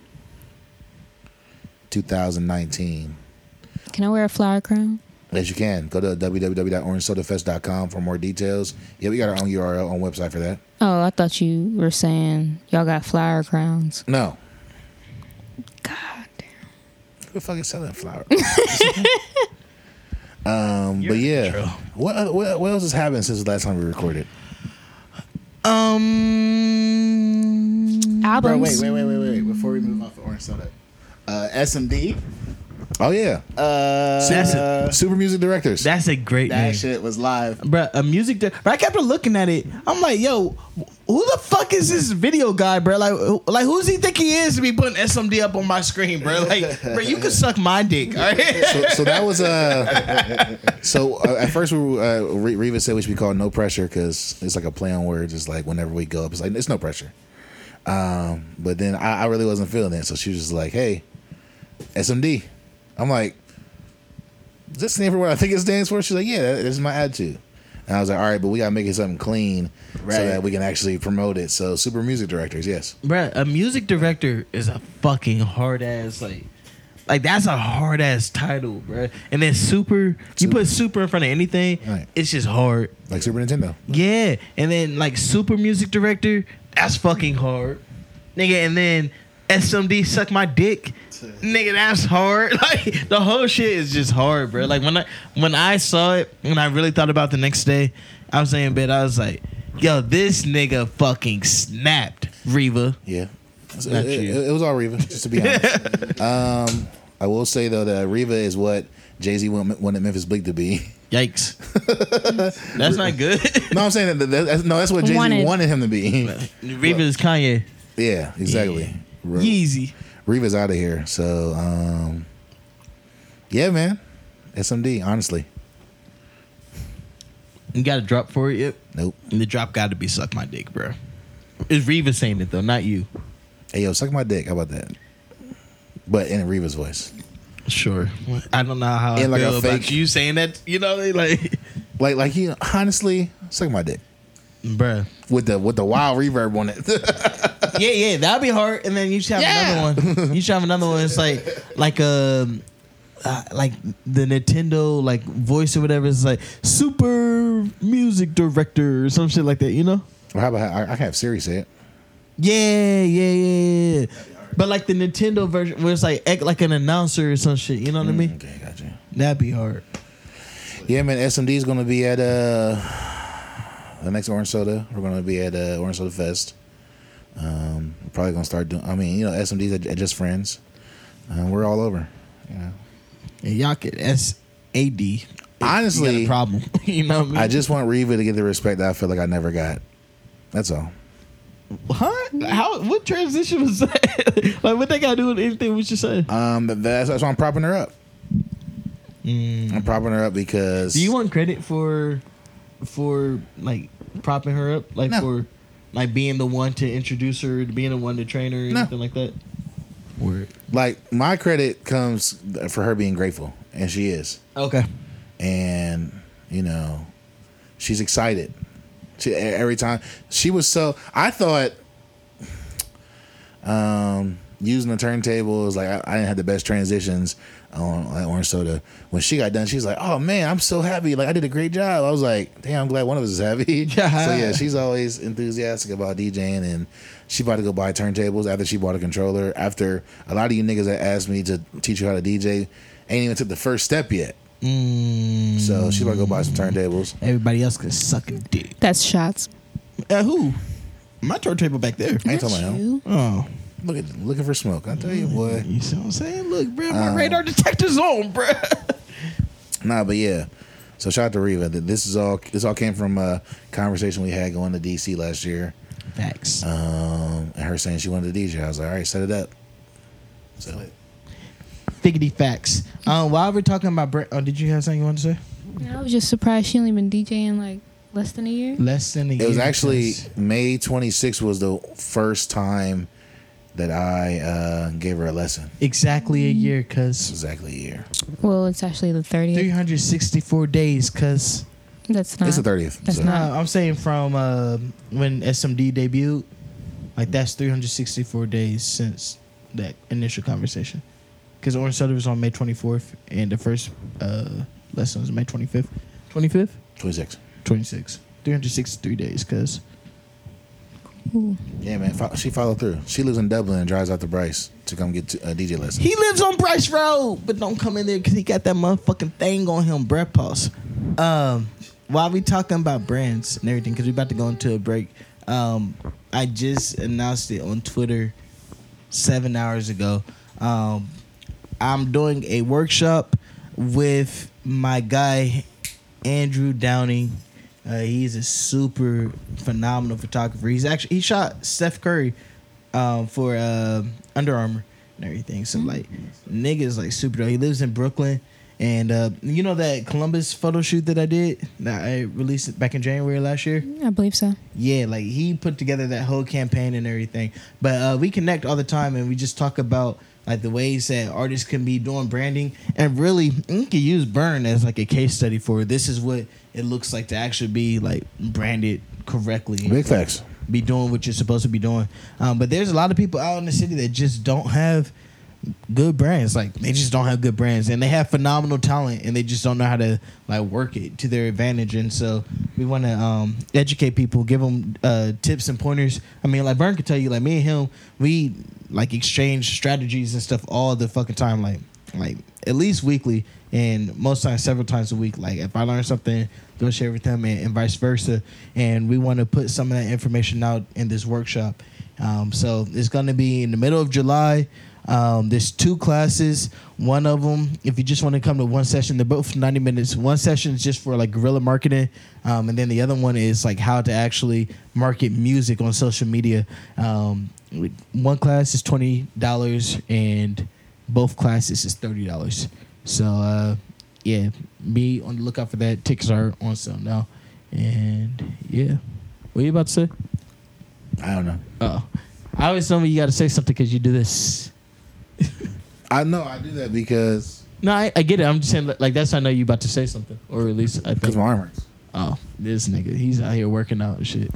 [SPEAKER 1] two thousand nineteen.
[SPEAKER 3] Can I wear a flower crown?
[SPEAKER 1] Yes, you can go to www.orangesodafest.com for more details. Yeah, we got our own URL on website for that.
[SPEAKER 3] Oh, I thought you were saying y'all got flower crowns.
[SPEAKER 1] No,
[SPEAKER 3] God damn.
[SPEAKER 1] who the fuck is selling flour? um, but
[SPEAKER 2] intro.
[SPEAKER 1] yeah, what, what what else has happened since the last time we recorded?
[SPEAKER 2] Um.
[SPEAKER 4] Bro,
[SPEAKER 3] Albums.
[SPEAKER 4] wait, wait, wait, wait, wait. Before we move off of orange soda, uh, SMD.
[SPEAKER 1] Oh yeah,
[SPEAKER 4] Uh,
[SPEAKER 2] That's it.
[SPEAKER 1] Super Music Directors.
[SPEAKER 2] That's a great
[SPEAKER 4] that
[SPEAKER 2] name.
[SPEAKER 4] shit was live.
[SPEAKER 2] Bruh, a music. Di- but I kept on looking at it. I'm like, yo, who the fuck is this video guy, bro? Like, who- like who's he think he is to be putting SMD up on my screen, bro? Like, bro, you could suck my dick. All right?
[SPEAKER 1] so, so that was uh so uh, at first we were, uh, Re- Reva said we should be called no pressure because it's like a play on words. It's like whenever we go up, it's like it's no pressure. Um, but then I, I really wasn't feeling it, so she was just like, "Hey, SMD." I'm like, "Does this stand for what I think it stands for?" She's like, "Yeah, that, this is my attitude." And I was like, "All right, but we gotta make it something clean so
[SPEAKER 4] Right.
[SPEAKER 1] that we can actually promote it." So, super music directors, yes.
[SPEAKER 2] Bruh, a music director is a fucking hard ass like like that's a hard ass title, bruh. And then super, you put super in front of anything,
[SPEAKER 1] Right.
[SPEAKER 2] it's just hard.
[SPEAKER 1] like Super Nintendo.
[SPEAKER 2] Yeah. And then like super music director, that's fucking hard. Nigga, and then SMD suck my dick. Nigga, that's hard. Like the whole shit is just hard, bro. Like when I when I saw it and I really thought about it the next day, I was saying in bed, I was like, yo, this nigga fucking snapped, Reva.
[SPEAKER 1] Yeah. It,
[SPEAKER 2] Not
[SPEAKER 1] it-
[SPEAKER 2] you.
[SPEAKER 1] it was all Reva, just to be honest. um, I will say though that Reva is what Jay Z wanted wanted Memphis Bleak to be.
[SPEAKER 2] Yikes. That's not good.
[SPEAKER 1] No, I'm saying that, that- that's, no, that's what Jay Z wanted.
[SPEAKER 3] Wanted.
[SPEAKER 1] him to be.
[SPEAKER 2] Reva is Kanye.
[SPEAKER 1] yeah, exactly. Re-
[SPEAKER 2] Yeezy.
[SPEAKER 1] Reva's out of here, so um, yeah, man. SMD, honestly,
[SPEAKER 2] You got a drop for it, yep.
[SPEAKER 1] nope.
[SPEAKER 2] And the drop got to be Suck My Dick, bro. It's Reva saying it, though, not you.
[SPEAKER 1] Hey, yo, suck my dick. How about that? But in Reva's voice,
[SPEAKER 2] Sure. I don't know how I
[SPEAKER 1] And like a
[SPEAKER 2] feel about
[SPEAKER 1] fake-
[SPEAKER 2] you saying that. You know, like,
[SPEAKER 1] like, like he honestly suck my dick
[SPEAKER 2] bruh.
[SPEAKER 1] with the with the wild reverb on it.
[SPEAKER 2] Yeah, yeah, that'd be hard. And then you should have
[SPEAKER 3] Yeah.
[SPEAKER 2] another one. You should have another one. It's like, like um, uh, like the Nintendo like voice or whatever. It's like super music director or some shit like that. You know?
[SPEAKER 1] or how about I, I can have Siri say it?
[SPEAKER 2] Yeah, yeah, yeah, yeah. But like the Nintendo version, where it's like act like an announcer or some shit. You know what I mean?
[SPEAKER 1] Okay, gotcha.
[SPEAKER 2] Mm. That'd be hard.
[SPEAKER 1] Yeah, man. SMD is going to be at uh, the next Orange Soda. We're going to be at uh, Orange Soda Fest. Um, we're probably going to start doing. I mean, you know, SMD's at, at just friends. Uh, we're all over. You know,
[SPEAKER 2] And y'all could S A D.
[SPEAKER 1] honestly,
[SPEAKER 2] problem. you know what I mean?
[SPEAKER 1] I just want Reva to get the respect that I feel like I never got. That's all.
[SPEAKER 2] Huh? How? What transition was that? like, what they got to do with anything? What you say?
[SPEAKER 1] Um, but that's, that's why I'm propping her up. I'm propping her up because
[SPEAKER 2] Mm. Do you want credit for, for like propping her up, like
[SPEAKER 1] No.
[SPEAKER 2] for, like being the one to introduce her, being the one to train her, or
[SPEAKER 1] No.
[SPEAKER 2] anything like that? Word.
[SPEAKER 1] like my credit comes for her being grateful, and she is.
[SPEAKER 2] Okay.
[SPEAKER 1] and you know she's excited she, e- every time she was so i thought um using the turntables like i, I didn't have the best transitions on like orange soda when she got done she was like oh man i'm so happy like i did a great job i was like damn i'm glad one of us is happy so yeah she's always enthusiastic about djing and she about to go buy turntables after she bought a controller after a lot of you niggas that asked me to teach you how to dj ain't even took the first step yet so she's about to go buy some turntables.
[SPEAKER 2] Everybody else could suck a dick.
[SPEAKER 3] That's shots.
[SPEAKER 2] At who? My turntable back there.
[SPEAKER 1] I ain't talking about
[SPEAKER 3] That's
[SPEAKER 1] him.
[SPEAKER 3] you.
[SPEAKER 2] Oh,
[SPEAKER 1] Look at looking for smoke. I tell you, boy.
[SPEAKER 2] you see what I'm saying? Look, bro,
[SPEAKER 1] Uh.
[SPEAKER 2] detector's on, bro.
[SPEAKER 1] Nah, but yeah. So shout out to Reva. Th- This is all. This all came from a conversation we had going to DC last year,
[SPEAKER 2] Facts.
[SPEAKER 1] um, and her saying she wanted to DJ. I was like, all right, set it up. So
[SPEAKER 2] Figgity facts. Um, while we're talking about, Brent, oh, did you have something you wanted to say?
[SPEAKER 3] I was just surprised she only been DJing like less than a year.
[SPEAKER 2] Less than a year.
[SPEAKER 1] it was actually
[SPEAKER 2] because-
[SPEAKER 1] May 26th was the first time that I uh, gave her a lesson.
[SPEAKER 2] exactly a year,
[SPEAKER 1] It's
[SPEAKER 2] cause
[SPEAKER 1] exactly a year.
[SPEAKER 3] Well, it's actually the
[SPEAKER 1] Mm.
[SPEAKER 2] three
[SPEAKER 3] 30th.
[SPEAKER 2] hundred sixty-four days, cause
[SPEAKER 3] That's not.
[SPEAKER 1] It's the 30th.
[SPEAKER 3] That's
[SPEAKER 1] so.
[SPEAKER 3] not-
[SPEAKER 2] no, I'm saying from uh, when SMD debuted, like that's three hundred sixty-four days since that initial conversation, cause Orange Soda was on May twenty-fourth, and the first uh, lesson was May twenty-fifth, twenty-fifth,
[SPEAKER 1] 26.
[SPEAKER 2] twenty-six, three hundred sixty-three days, cause
[SPEAKER 3] Ooh.
[SPEAKER 1] Yeah, man. Fo- she followed through. She lives in Dublin and drives out to Bryce to come get to, a DJ lesson.
[SPEAKER 2] He lives on Bryce Road, but don't come in there because he got that motherfucking thing on him, breath pulse. Um, while we talking about brands and everything, because we're about to go into a break, um, I just announced it on Twitter seven hours ago. Um, I'm doing a workshop with my guy Andrew Downing, Uh, he's a super phenomenal photographer. He's actually he shot Steph Curry um, for uh, Under Armour and everything. So like niggas like super dope. He lives in Brooklyn, and uh, you know that Columbus photo shoot that I did that I released back in January last year.
[SPEAKER 3] I believe so.
[SPEAKER 2] Yeah, like he put together that whole campaign and everything. But uh, we connect all the time, and we just talk about like the ways that artists can be doing branding, and really, you can use Burn as like a case study for this is what it looks like to actually be like branded correctly
[SPEAKER 1] Big facts.
[SPEAKER 2] be doing what you're supposed to be doing. Um, but there's a lot of people out in the city that just don't have good brands. Like they just don't have good brands, and they have phenomenal talent, and they just don't know how to like work it to their advantage. And so we want to um, educate people, give them uh, tips and pointers. I mean, like Burn could tell you, like me and him, we like exchange strategies and stuff all the fucking time. Like like at least weekly and most times several times a week like if i learn something go share with them and, and vice versa and we want to put some of that information out in this workshop um, so it's going to be in the middle of july um, there's two classes one of them if you just want to come to one session they're both 90 minutes one session is just for like guerrilla marketing um, and then the other one is like how to actually market music on social media um, one class is $20 and both classes is thirty dollars. So uh, yeah, be on the lookout for that. Tickets are on sale now, and yeah. What you about to say?
[SPEAKER 1] I don't know.
[SPEAKER 2] Oh, I always tell me you got to say something because you do this.
[SPEAKER 1] I know I do that because
[SPEAKER 2] No, I, I get it. I'm just saying like that's how I know you about to say something, or at least I
[SPEAKER 1] because
[SPEAKER 2] think.
[SPEAKER 1] my arm hurts.
[SPEAKER 2] Oh, this nigga, he's out here working out and shit.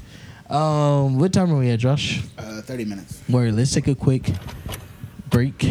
[SPEAKER 2] Um, what time are we at, Josh?
[SPEAKER 4] Uh, 30 minutes.
[SPEAKER 2] Word, let's take a quick break.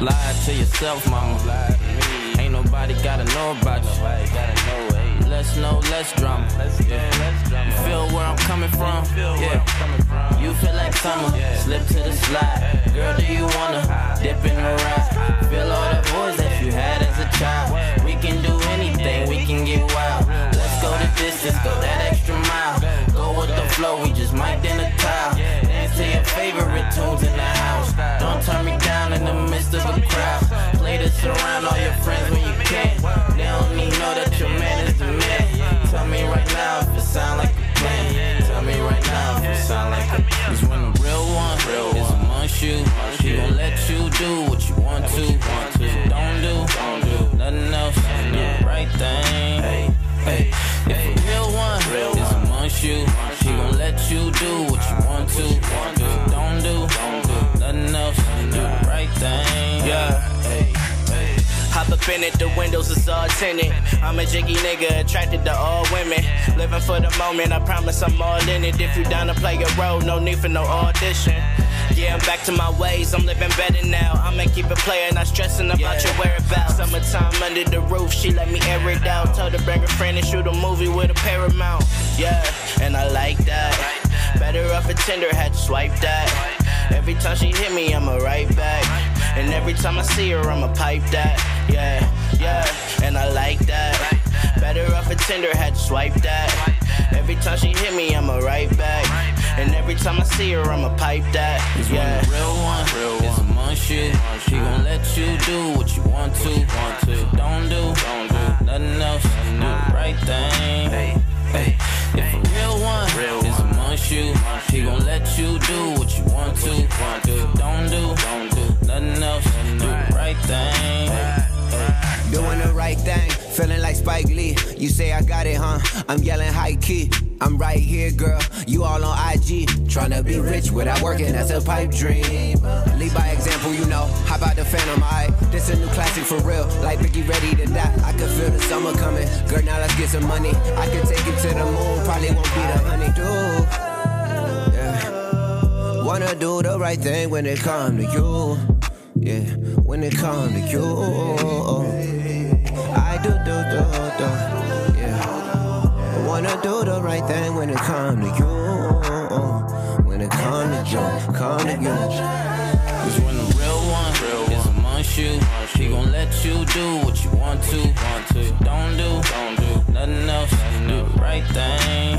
[SPEAKER 5] Lie to yourself, mama. Lie to me. Ain't nobody gotta know about you. Nobody gotta know, hey. Less know, less drama. yeah, less drama. You feel where I'm coming from? yeah. You feel like summer. Slip to the slide. Girl, do you wanna dip in the ride? Feel all the boys that you had as a child. We can do anything. We can get wild. Let's go the distance. Go that extra mile. Go with the flow. We just mic in the tile. Dance to your favorite tunes in the house. Don't turn me down in the midst of a crowd. Play this around all your friends when you can. They don't need know that your man is the man. Tell me right now if it sound like a plan. Tell me right now if it sound like a plan. Cause when the real one is amongst you, she gon' let you do what you want to. Don't do, nothing else. Do the right thing. Hey, if a real one is amongst you, she gon' let you do what you want to. Don't do, nothing else. Do the right thing. Yeah.
[SPEAKER 6] Hop up in it, the windows is all tinted. I'm a jiggy nigga, attracted to all women. Living for the moment, I promise I'm all in it. If you down to play a role, no need for no audition. Yeah, I'm back to my ways, I'm living better now. I'ma keep it playing, not stressing about your whereabouts. Summertime under the roof, she let me air it out. Told her bring a friend and shoot a movie with a Paramount. Yeah, and I like that. Better off a Tinder, had to swipe that. Every time she hit me, I'ma right back. And every time I see her, I'ma pipe that. Yeah, yeah, and I like that. Better off a Tinder, had to swipe that. Every time she hit me, I'ma right back. And every time I see her, I'ma pipe that.
[SPEAKER 5] Cause
[SPEAKER 6] Yeah.
[SPEAKER 5] when the real one is amongst you, she gon' let you do what you want to. Don't do, nothing else. Do the right thing. Hey, if a real one is amongst you, she gon' let you do what you want to. Don't do, nothing else. Do the right thing.
[SPEAKER 7] Doing the right thing, feeling like Spike Lee. You say I got it, huh? I'm yelling high key. I'm right here, girl. You all on IG. Tryna be rich without working, that's a pipe dream. Lead by example, you know. How about the Phantom? I this a new classic for real. Like Biggie ready to die. I can feel the summer coming. Girl, now let's get some money. I can take it to the moon. Probably won't be the honey do. Yeah. Wanna do the right thing when it come to you. Yeah, when it come to you. I do do do do. Yeah. Wanna do the right thing when it come to you. When it come to you, come to you.
[SPEAKER 5] Cause when the real one is amongst you, she gon' let you do what you want to, want to. Don't do, don't do nothing else. do the right thing.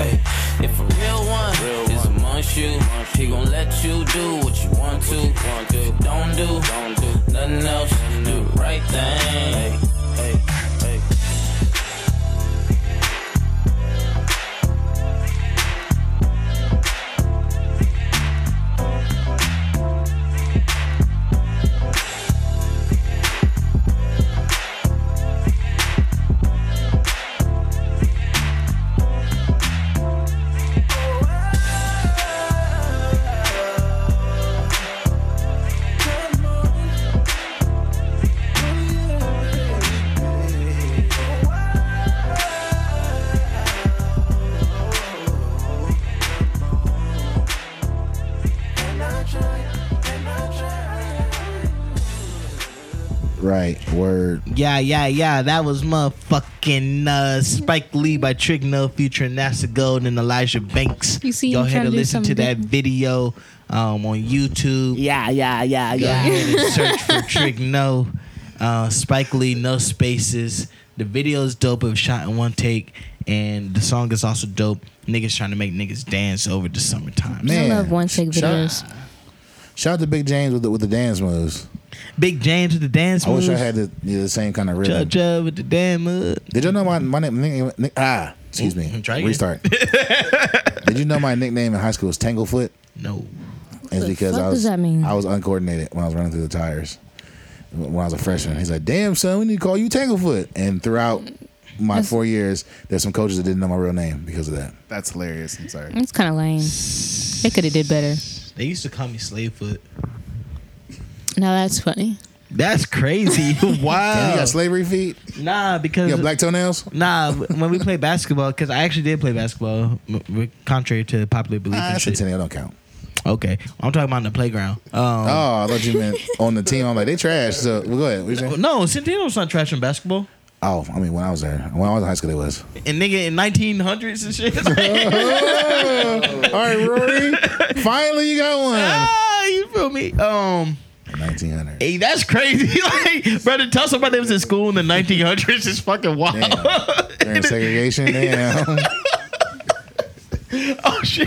[SPEAKER 5] Hey, if a real one is amongst you, he gon' let you do what you want to, want to. Don't do, don't do nothing else. do the right thing. Hey, hey, hey.
[SPEAKER 1] Right. Word.
[SPEAKER 2] Yeah, yeah, yeah. That was motherfucking uh, Spike Lee by Trick No featuring NASA Gold and Elijah Banks.
[SPEAKER 3] You see,
[SPEAKER 2] y'all
[SPEAKER 3] you
[SPEAKER 2] had
[SPEAKER 3] trying
[SPEAKER 2] to
[SPEAKER 3] to do
[SPEAKER 2] listen to
[SPEAKER 3] something
[SPEAKER 2] that
[SPEAKER 3] different.
[SPEAKER 2] video um, on YouTube.
[SPEAKER 6] Yeah, yeah, yeah,
[SPEAKER 2] Go ahead and search for Trick No, uh, Spike Lee, no spaces. The video is dope. It was shot in one take, and the song is also dope. Niggas trying to make niggas dance over the summertime.
[SPEAKER 1] Man.
[SPEAKER 3] I love one take
[SPEAKER 1] Shout-
[SPEAKER 3] videos.
[SPEAKER 1] Shout out to Big James with the, with the dance moves.
[SPEAKER 2] Big James with the dance
[SPEAKER 1] I wish
[SPEAKER 2] moves.
[SPEAKER 1] I had the, yeah, the same kind of rhythm.
[SPEAKER 2] Cha-cha with the damn move.
[SPEAKER 1] Did you know my my name? nick- nick- ah, excuse me.
[SPEAKER 2] Try again.
[SPEAKER 1] Restart. Did you know my nickname in high school was Tanglefoot?
[SPEAKER 2] No.
[SPEAKER 1] It's
[SPEAKER 3] the
[SPEAKER 1] because
[SPEAKER 3] fuck
[SPEAKER 1] I was
[SPEAKER 3] does that mean?
[SPEAKER 1] I was uncoordinated when I was running through the tires when I was a freshman. He's like, "Damn son, we need to call you Tanglefoot." And throughout my four years, there's some coaches that didn't know my real name because of that.
[SPEAKER 4] That's hilarious. I'm sorry.
[SPEAKER 3] It's kind of lame. They could have did better.
[SPEAKER 2] They used to call me Slavefoot.
[SPEAKER 3] Now that's funny.
[SPEAKER 2] That's crazy.
[SPEAKER 1] Damn, you
[SPEAKER 2] wow.
[SPEAKER 1] got slavery feet?
[SPEAKER 2] nah, because
[SPEAKER 1] You got black toenails?
[SPEAKER 2] nah, when we played basketball, because I actually did play basketball, m- m- contrary to popular belief.
[SPEAKER 1] Ah,
[SPEAKER 2] and
[SPEAKER 1] that's
[SPEAKER 2] shit.
[SPEAKER 1] centennial. Don't count.
[SPEAKER 2] Okay, I'm talking about in the playground. Um,
[SPEAKER 1] Oh, I thought you meant on the team. I'm like, they trash. So well, go ahead. What you saying?
[SPEAKER 2] no, Centennial's not trashing basketball.
[SPEAKER 1] Oh, I mean, when I was there, when I was in high school, they was.
[SPEAKER 2] And nigga in 1900s and shit. Like,
[SPEAKER 1] All right, Rory. Finally, you got one.
[SPEAKER 2] ah, you feel me? Um,
[SPEAKER 1] 1900.
[SPEAKER 2] hey, that's crazy. like, brother, tell somebody that was in school in the 1900s is fucking wild.
[SPEAKER 1] Damn. During segregation, damn.
[SPEAKER 2] Oh shit.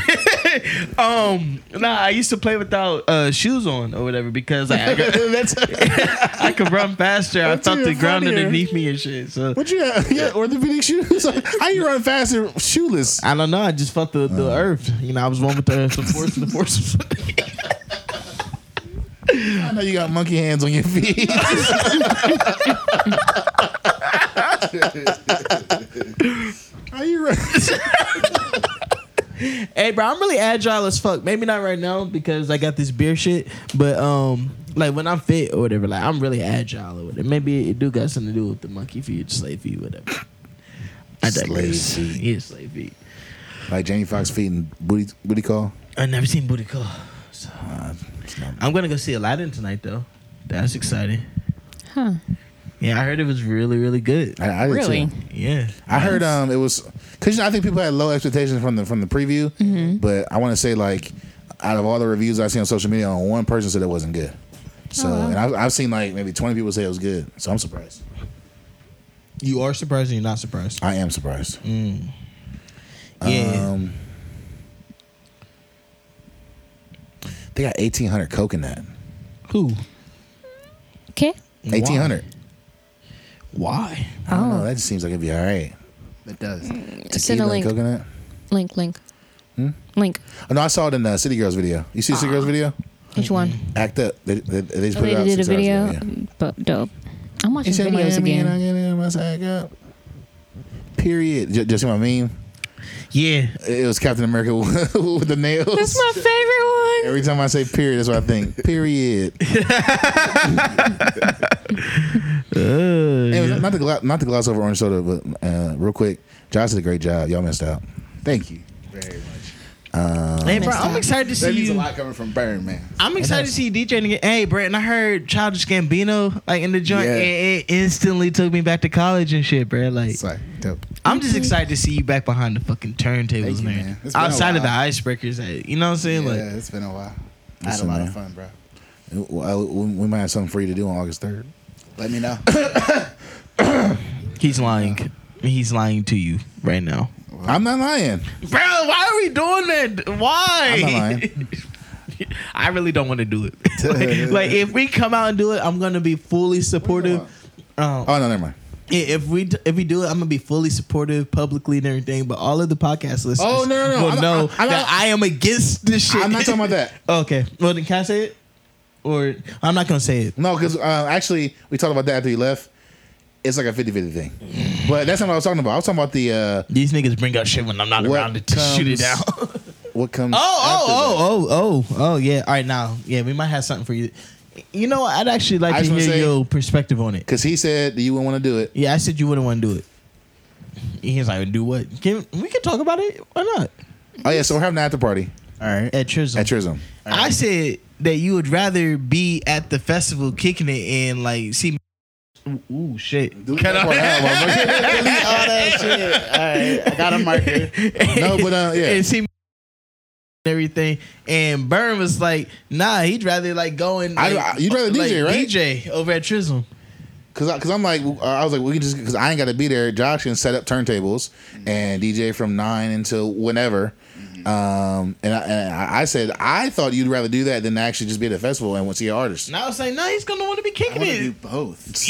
[SPEAKER 2] Um, nah, I used to play without uh, shoes on or whatever because like, I, got-
[SPEAKER 1] That's
[SPEAKER 2] I could run faster. I
[SPEAKER 1] That's
[SPEAKER 2] felt the
[SPEAKER 1] even
[SPEAKER 2] ground
[SPEAKER 1] funnier.
[SPEAKER 2] underneath me and shit. So
[SPEAKER 1] what you got? Yeah, orthopedic shoes. How you run faster shoeless?
[SPEAKER 2] I don't know. I just felt the,
[SPEAKER 1] Uh.
[SPEAKER 2] the earth. You know, I was one with the earth. The force. The force.
[SPEAKER 1] I know you got monkey hands on your feet. How you run?
[SPEAKER 2] hey, bro, I'm really agile as fuck. Maybe not right now because I got this beer shit. But um, like when I'm fit or whatever, like I'm really agile or whatever. Maybe it do got something to do with the monkey feet, slave feet, whatever. I digress.
[SPEAKER 1] Slave feet.
[SPEAKER 2] Yeah, slave feet.
[SPEAKER 1] Like Jamie Foxx feet and booty booty call.
[SPEAKER 2] I never seen Booty Call. So.
[SPEAKER 1] Uh, it's not-
[SPEAKER 2] I'm gonna go see Aladdin tonight though. That's exciting.
[SPEAKER 3] Huh.
[SPEAKER 2] Yeah, I heard it was really, really good.
[SPEAKER 1] I, I did
[SPEAKER 3] Really?
[SPEAKER 1] Too.
[SPEAKER 2] Yeah.
[SPEAKER 1] I heard um it was because you know, I think people had low expectations from the from the preview, but I want to say like out of all the reviews I've seen on social media, only one person said it wasn't good. So and I've, I've seen like maybe twenty people say it was good. So I'm surprised.
[SPEAKER 2] You are surprised and you're not surprised.
[SPEAKER 1] I am surprised.
[SPEAKER 2] Yeah.
[SPEAKER 1] Um, they got eighteen hundred coconut.
[SPEAKER 2] Who?
[SPEAKER 3] Okay.
[SPEAKER 1] Eighteen hundred.
[SPEAKER 2] Why?
[SPEAKER 1] I don't
[SPEAKER 3] Oh.
[SPEAKER 1] know. That just seems like it'd be all right.
[SPEAKER 4] It does.
[SPEAKER 3] Send Mm, a
[SPEAKER 1] Tequila and
[SPEAKER 3] link.
[SPEAKER 1] coconut.
[SPEAKER 3] Link. Link. Link.
[SPEAKER 1] Oh, no, I saw it in the City Girls video. You see the City Girls video?
[SPEAKER 3] Which one?
[SPEAKER 1] Act up. They, they, they just
[SPEAKER 3] Oh,
[SPEAKER 1] put it
[SPEAKER 3] they
[SPEAKER 1] out
[SPEAKER 3] did a
[SPEAKER 1] six hours ago,
[SPEAKER 3] video.
[SPEAKER 1] yeah.
[SPEAKER 3] But dope. I'm watching
[SPEAKER 1] It's in
[SPEAKER 3] videos
[SPEAKER 1] Miami and
[SPEAKER 3] again.
[SPEAKER 1] I get in my sack up. Period. Just, just see my meme.
[SPEAKER 2] Yeah.
[SPEAKER 1] It was Captain America with the nails.
[SPEAKER 3] That's my favorite one.
[SPEAKER 1] Every time I say period, that's what I think. Period. Anyway, Not to gla- not to gloss over orange soda, but uh, real quick, Josh did a great job. Y'all messed up.
[SPEAKER 4] Thank you very much.
[SPEAKER 2] Hey, bro, I'm excited to
[SPEAKER 4] That
[SPEAKER 2] see
[SPEAKER 4] means a
[SPEAKER 2] you.
[SPEAKER 4] lot coming from Burn Man.
[SPEAKER 2] I'm excited to see you DJing again. Hey, Brent, I heard Childish Gambino like in the joint.
[SPEAKER 4] Yeah.
[SPEAKER 2] and It, instantly took me back to college and shit, bro. Like,
[SPEAKER 4] Sorry. Dope.
[SPEAKER 2] I'm just excited to see you back behind the fucking
[SPEAKER 4] Thank
[SPEAKER 2] turntables,
[SPEAKER 4] you,
[SPEAKER 2] man.
[SPEAKER 4] man. It's been a
[SPEAKER 2] Outside of the
[SPEAKER 4] while.
[SPEAKER 2] icebreakers, like, you know what I'm saying?
[SPEAKER 4] Yeah,
[SPEAKER 2] Like,
[SPEAKER 4] it's been a while. I had a
[SPEAKER 1] Listen,
[SPEAKER 4] lot
[SPEAKER 1] man.
[SPEAKER 4] of fun, bro.
[SPEAKER 1] Well, We we might have something for you to do on August third.
[SPEAKER 4] Let me know.
[SPEAKER 2] He's lying. He's lying to you right now.
[SPEAKER 1] I'm not lying.
[SPEAKER 2] Bro, why are we doing that? Why?
[SPEAKER 1] I'm not lying.
[SPEAKER 2] I really don't want to do it. like, like, if we come out and do it, I'm gonna be fully supportive. Um,
[SPEAKER 1] Oh no, never mind.
[SPEAKER 2] i- if we d- if we do it, I'm gonna be fully supportive publicly and everything. But all of the podcast listeners
[SPEAKER 1] Oh, no, no, no.
[SPEAKER 2] will
[SPEAKER 1] I'm-
[SPEAKER 2] know
[SPEAKER 1] I'm not-
[SPEAKER 2] that I am against this shit.
[SPEAKER 1] I'm not talking about that.
[SPEAKER 2] okay, well then can I say it? Or I'm not gonna say it.
[SPEAKER 1] No, because uh, actually, we talked about that after you left. It's like a 50 50 thing. But that's not what I was talking about. I was talking about the uh,
[SPEAKER 2] These niggas bring out shit when I'm not
[SPEAKER 1] What
[SPEAKER 2] around to t- shoot it out.
[SPEAKER 1] comes-
[SPEAKER 2] oh,
[SPEAKER 1] what comes. after
[SPEAKER 2] oh, oh, oh, oh, yeah. All right, now, yeah, we might have something for you. You know, I'd actually like
[SPEAKER 1] I
[SPEAKER 2] to
[SPEAKER 1] just
[SPEAKER 2] hear
[SPEAKER 1] wanna say-
[SPEAKER 2] your perspective on it.
[SPEAKER 1] Because he said that you wouldn't want to do it.
[SPEAKER 2] Yeah, I said you wouldn't want to do it. He's like, do what? Can, we can talk about it. Why not?
[SPEAKER 1] Oh, yeah, so we're having an after party
[SPEAKER 4] All right.
[SPEAKER 2] At Trism.
[SPEAKER 1] at Trism.
[SPEAKER 2] I said that you would rather be at the festival kicking it and like see. Ooh, ooh, shit.
[SPEAKER 1] Cut that part out, motherfucker.
[SPEAKER 4] all that shit. All right. I got a marker.
[SPEAKER 1] No, but, uh, yeah.
[SPEAKER 2] and see and everything. And Burn was like, nah, he'd rather like go and
[SPEAKER 1] I-
[SPEAKER 2] like,
[SPEAKER 1] I- you'd rather DJ,
[SPEAKER 2] like,
[SPEAKER 1] right?
[SPEAKER 2] DJ over at Trism.
[SPEAKER 1] Cause, I, cause I'm like, uh, I was like, we can just, cause I ain't got to be there. Josh can set up turntables and DJ from nine until whenever.
[SPEAKER 4] Mm-hmm.
[SPEAKER 1] Um, and I, and I I said, I thought you'd rather do that than actually just be at a festival and see an artist.
[SPEAKER 2] And I was like, nah, he's gonna want to be
[SPEAKER 4] I
[SPEAKER 2] kicking
[SPEAKER 4] want
[SPEAKER 2] it.
[SPEAKER 4] to do both.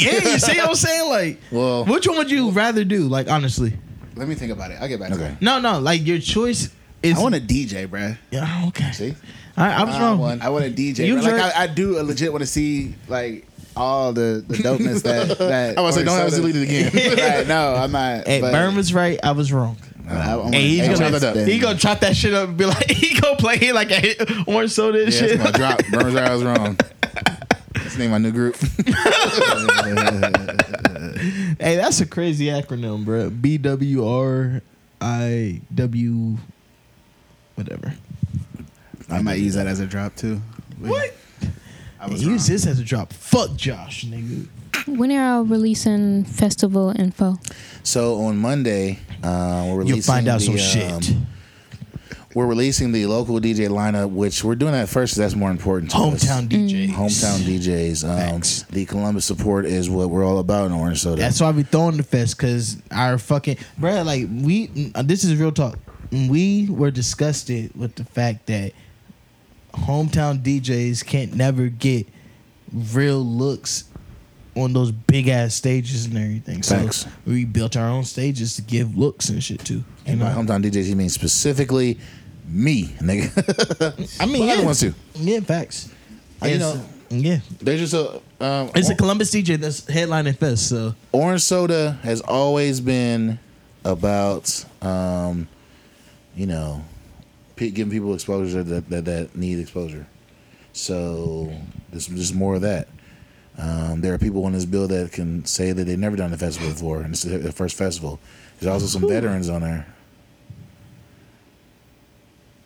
[SPEAKER 2] yeah, you see what I'm saying? Like,
[SPEAKER 1] Well-
[SPEAKER 2] which one would you rather do? Like, honestly,
[SPEAKER 4] Let me think about it. I'll get back to
[SPEAKER 1] Okay.
[SPEAKER 4] it.
[SPEAKER 2] no, no. Like, your choice is.
[SPEAKER 4] I want to DJ, bruh.
[SPEAKER 2] Yeah, okay.
[SPEAKER 1] See?
[SPEAKER 2] I, I was
[SPEAKER 1] I
[SPEAKER 2] wrong.
[SPEAKER 1] want-
[SPEAKER 4] I want to DJ.
[SPEAKER 2] You
[SPEAKER 4] bruh. Like
[SPEAKER 2] jerk-
[SPEAKER 4] I, I do. I legit want to see like all the the dopeness that that.
[SPEAKER 1] I was like, don't have us delete it again.
[SPEAKER 4] right, no, I'm not.
[SPEAKER 2] Hey,
[SPEAKER 4] but-
[SPEAKER 2] Burn was right. I was wrong.
[SPEAKER 4] but I- I wanna-
[SPEAKER 2] Hey, he's
[SPEAKER 4] I
[SPEAKER 1] gonna-
[SPEAKER 4] wanna
[SPEAKER 1] chop that up.
[SPEAKER 4] spend-
[SPEAKER 2] He gonna chop that shit up and be like, he gonna play it like a orange soda and
[SPEAKER 1] yeah,
[SPEAKER 2] shit.
[SPEAKER 1] that's my drop. Burns I was wrong. That's the name of my new group.
[SPEAKER 2] hey, that's a crazy acronym, bro. B W R I W, whatever.
[SPEAKER 4] I might use that as a drop too.
[SPEAKER 2] What?
[SPEAKER 4] I was
[SPEAKER 2] Use
[SPEAKER 4] wrong.
[SPEAKER 2] this as a drop. Fuck Josh, nigga.
[SPEAKER 3] When are y'all releasing festival info?
[SPEAKER 1] so on Monday, uh, we're releasing
[SPEAKER 2] You'll find out some
[SPEAKER 1] the, um,
[SPEAKER 2] shit.
[SPEAKER 1] We're releasing the local DJ lineup, which we're doing that first. 'cause That's more important. To us.
[SPEAKER 2] Hometown DJ.
[SPEAKER 1] hometown DJs.
[SPEAKER 2] Facts.
[SPEAKER 1] Um, the Columbus support is what we're all about in Orange Soda.
[SPEAKER 2] That's why we throwing the fest because our fucking bruh, like we. mm, This is real talk. We were disgusted with the fact that hometown DJs can't never get real looks on those big ass stages and everything. So
[SPEAKER 1] Facts.
[SPEAKER 2] we built our own stages to give looks and shit too. You
[SPEAKER 1] and by
[SPEAKER 2] know,
[SPEAKER 1] hometown DJs, he means specifically me, nigga.
[SPEAKER 2] I mean,
[SPEAKER 1] Well,
[SPEAKER 2] yeah,
[SPEAKER 1] everyone's too.
[SPEAKER 2] yeah, facts.
[SPEAKER 1] you
[SPEAKER 2] It's-
[SPEAKER 1] know-
[SPEAKER 2] yeah,
[SPEAKER 1] There's just a um,
[SPEAKER 2] it's a Columbus DJ that's headlining fest. So
[SPEAKER 1] Orange Soda has always been about um, you know pe- giving people exposure that that, that need exposure. So there's just more of that. Um, there are people in this bill that can say that they've never done a festival before, and this is their first festival. There's also some veterans on there.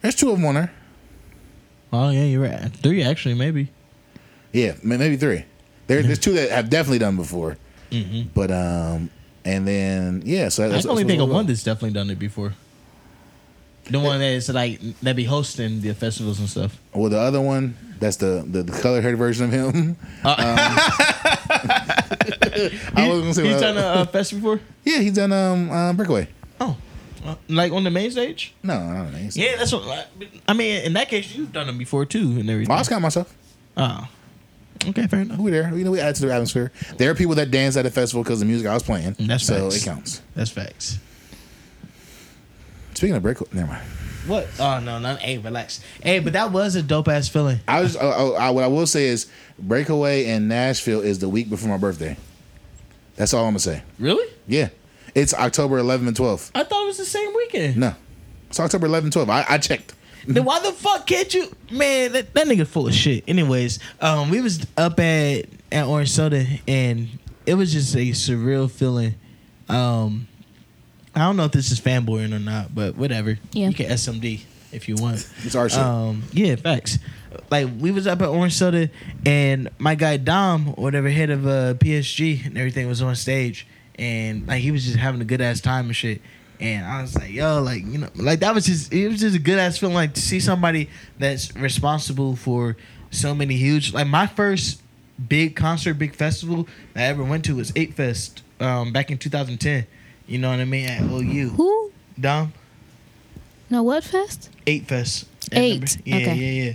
[SPEAKER 1] There's two of them on there.
[SPEAKER 2] oh yeah, you're right. Three actually, maybe.
[SPEAKER 1] Yeah, ma- maybe three. There, there's two that have definitely done before. But um, and then yeah, so
[SPEAKER 2] Mm-hmm. I
[SPEAKER 1] that's,
[SPEAKER 2] can only
[SPEAKER 1] that's
[SPEAKER 2] think of
[SPEAKER 1] what's
[SPEAKER 2] one that's definitely done it before. The one that is like that be hosting the festivals and stuff.
[SPEAKER 1] Well, the other one, that's the the, the color haired version of him.
[SPEAKER 2] Uh.
[SPEAKER 1] Um, I was gonna say,
[SPEAKER 2] He's
[SPEAKER 1] well,
[SPEAKER 2] done a uh, fest before.
[SPEAKER 1] yeah, he's done um uh, breakaway.
[SPEAKER 2] Oh, Uh, like on the main stage.
[SPEAKER 1] No, I don't know. He's-
[SPEAKER 2] Yeah, that's what. I- I mean, in that case, you've done them before too, and everything.
[SPEAKER 1] Well, I was counting myself.
[SPEAKER 2] Oh, okay, fair enough.
[SPEAKER 1] We there. You know, we add to the atmosphere. There are people that dance at a festival because the music I was playing.
[SPEAKER 2] That's
[SPEAKER 1] so
[SPEAKER 2] facts.
[SPEAKER 1] it counts.
[SPEAKER 2] That's facts.
[SPEAKER 1] Speaking of breakaway, never mind.
[SPEAKER 2] What? Oh no, no. Hey, relax. Hey, but that was a dope ass feeling.
[SPEAKER 1] I was. Oh, oh, I, what I will say is, breakaway in Nashville is the week before my birthday. That's all I'm gonna say.
[SPEAKER 2] Really?
[SPEAKER 1] Yeah, it's October 11th and 12th.
[SPEAKER 2] I thought it was the same weekend.
[SPEAKER 1] No, it's October 11th and 12th. I, I checked.
[SPEAKER 2] Then why the fuck can't you, man? That, that nigga full of shit. Anyways, um, we was up at at Orange Soda, and it was just a surreal feeling. Um, I don't know if this is fanboying or not, but whatever.
[SPEAKER 3] Yeah.
[SPEAKER 2] You can SMD if you want.
[SPEAKER 1] It's our shit.
[SPEAKER 2] Um, yeah, facts. Like we was up at Orange Soda, and my guy Dom, or whatever head of uh, PSG and everything, was on stage, and like he was just having a good ass time and shit. And I was like, yo, like you know, like that was just it was just a good ass feeling, like to see somebody that's responsible for so many huge. Like my first big concert, big festival I ever went to was Eight Fest um, back in 2010. You know what I mean? At OU.
[SPEAKER 3] Who?
[SPEAKER 2] Dom,
[SPEAKER 3] No, what fest?
[SPEAKER 2] Eight Fest.
[SPEAKER 3] Eight,
[SPEAKER 2] Yeah,
[SPEAKER 3] okay.
[SPEAKER 2] yeah, yeah.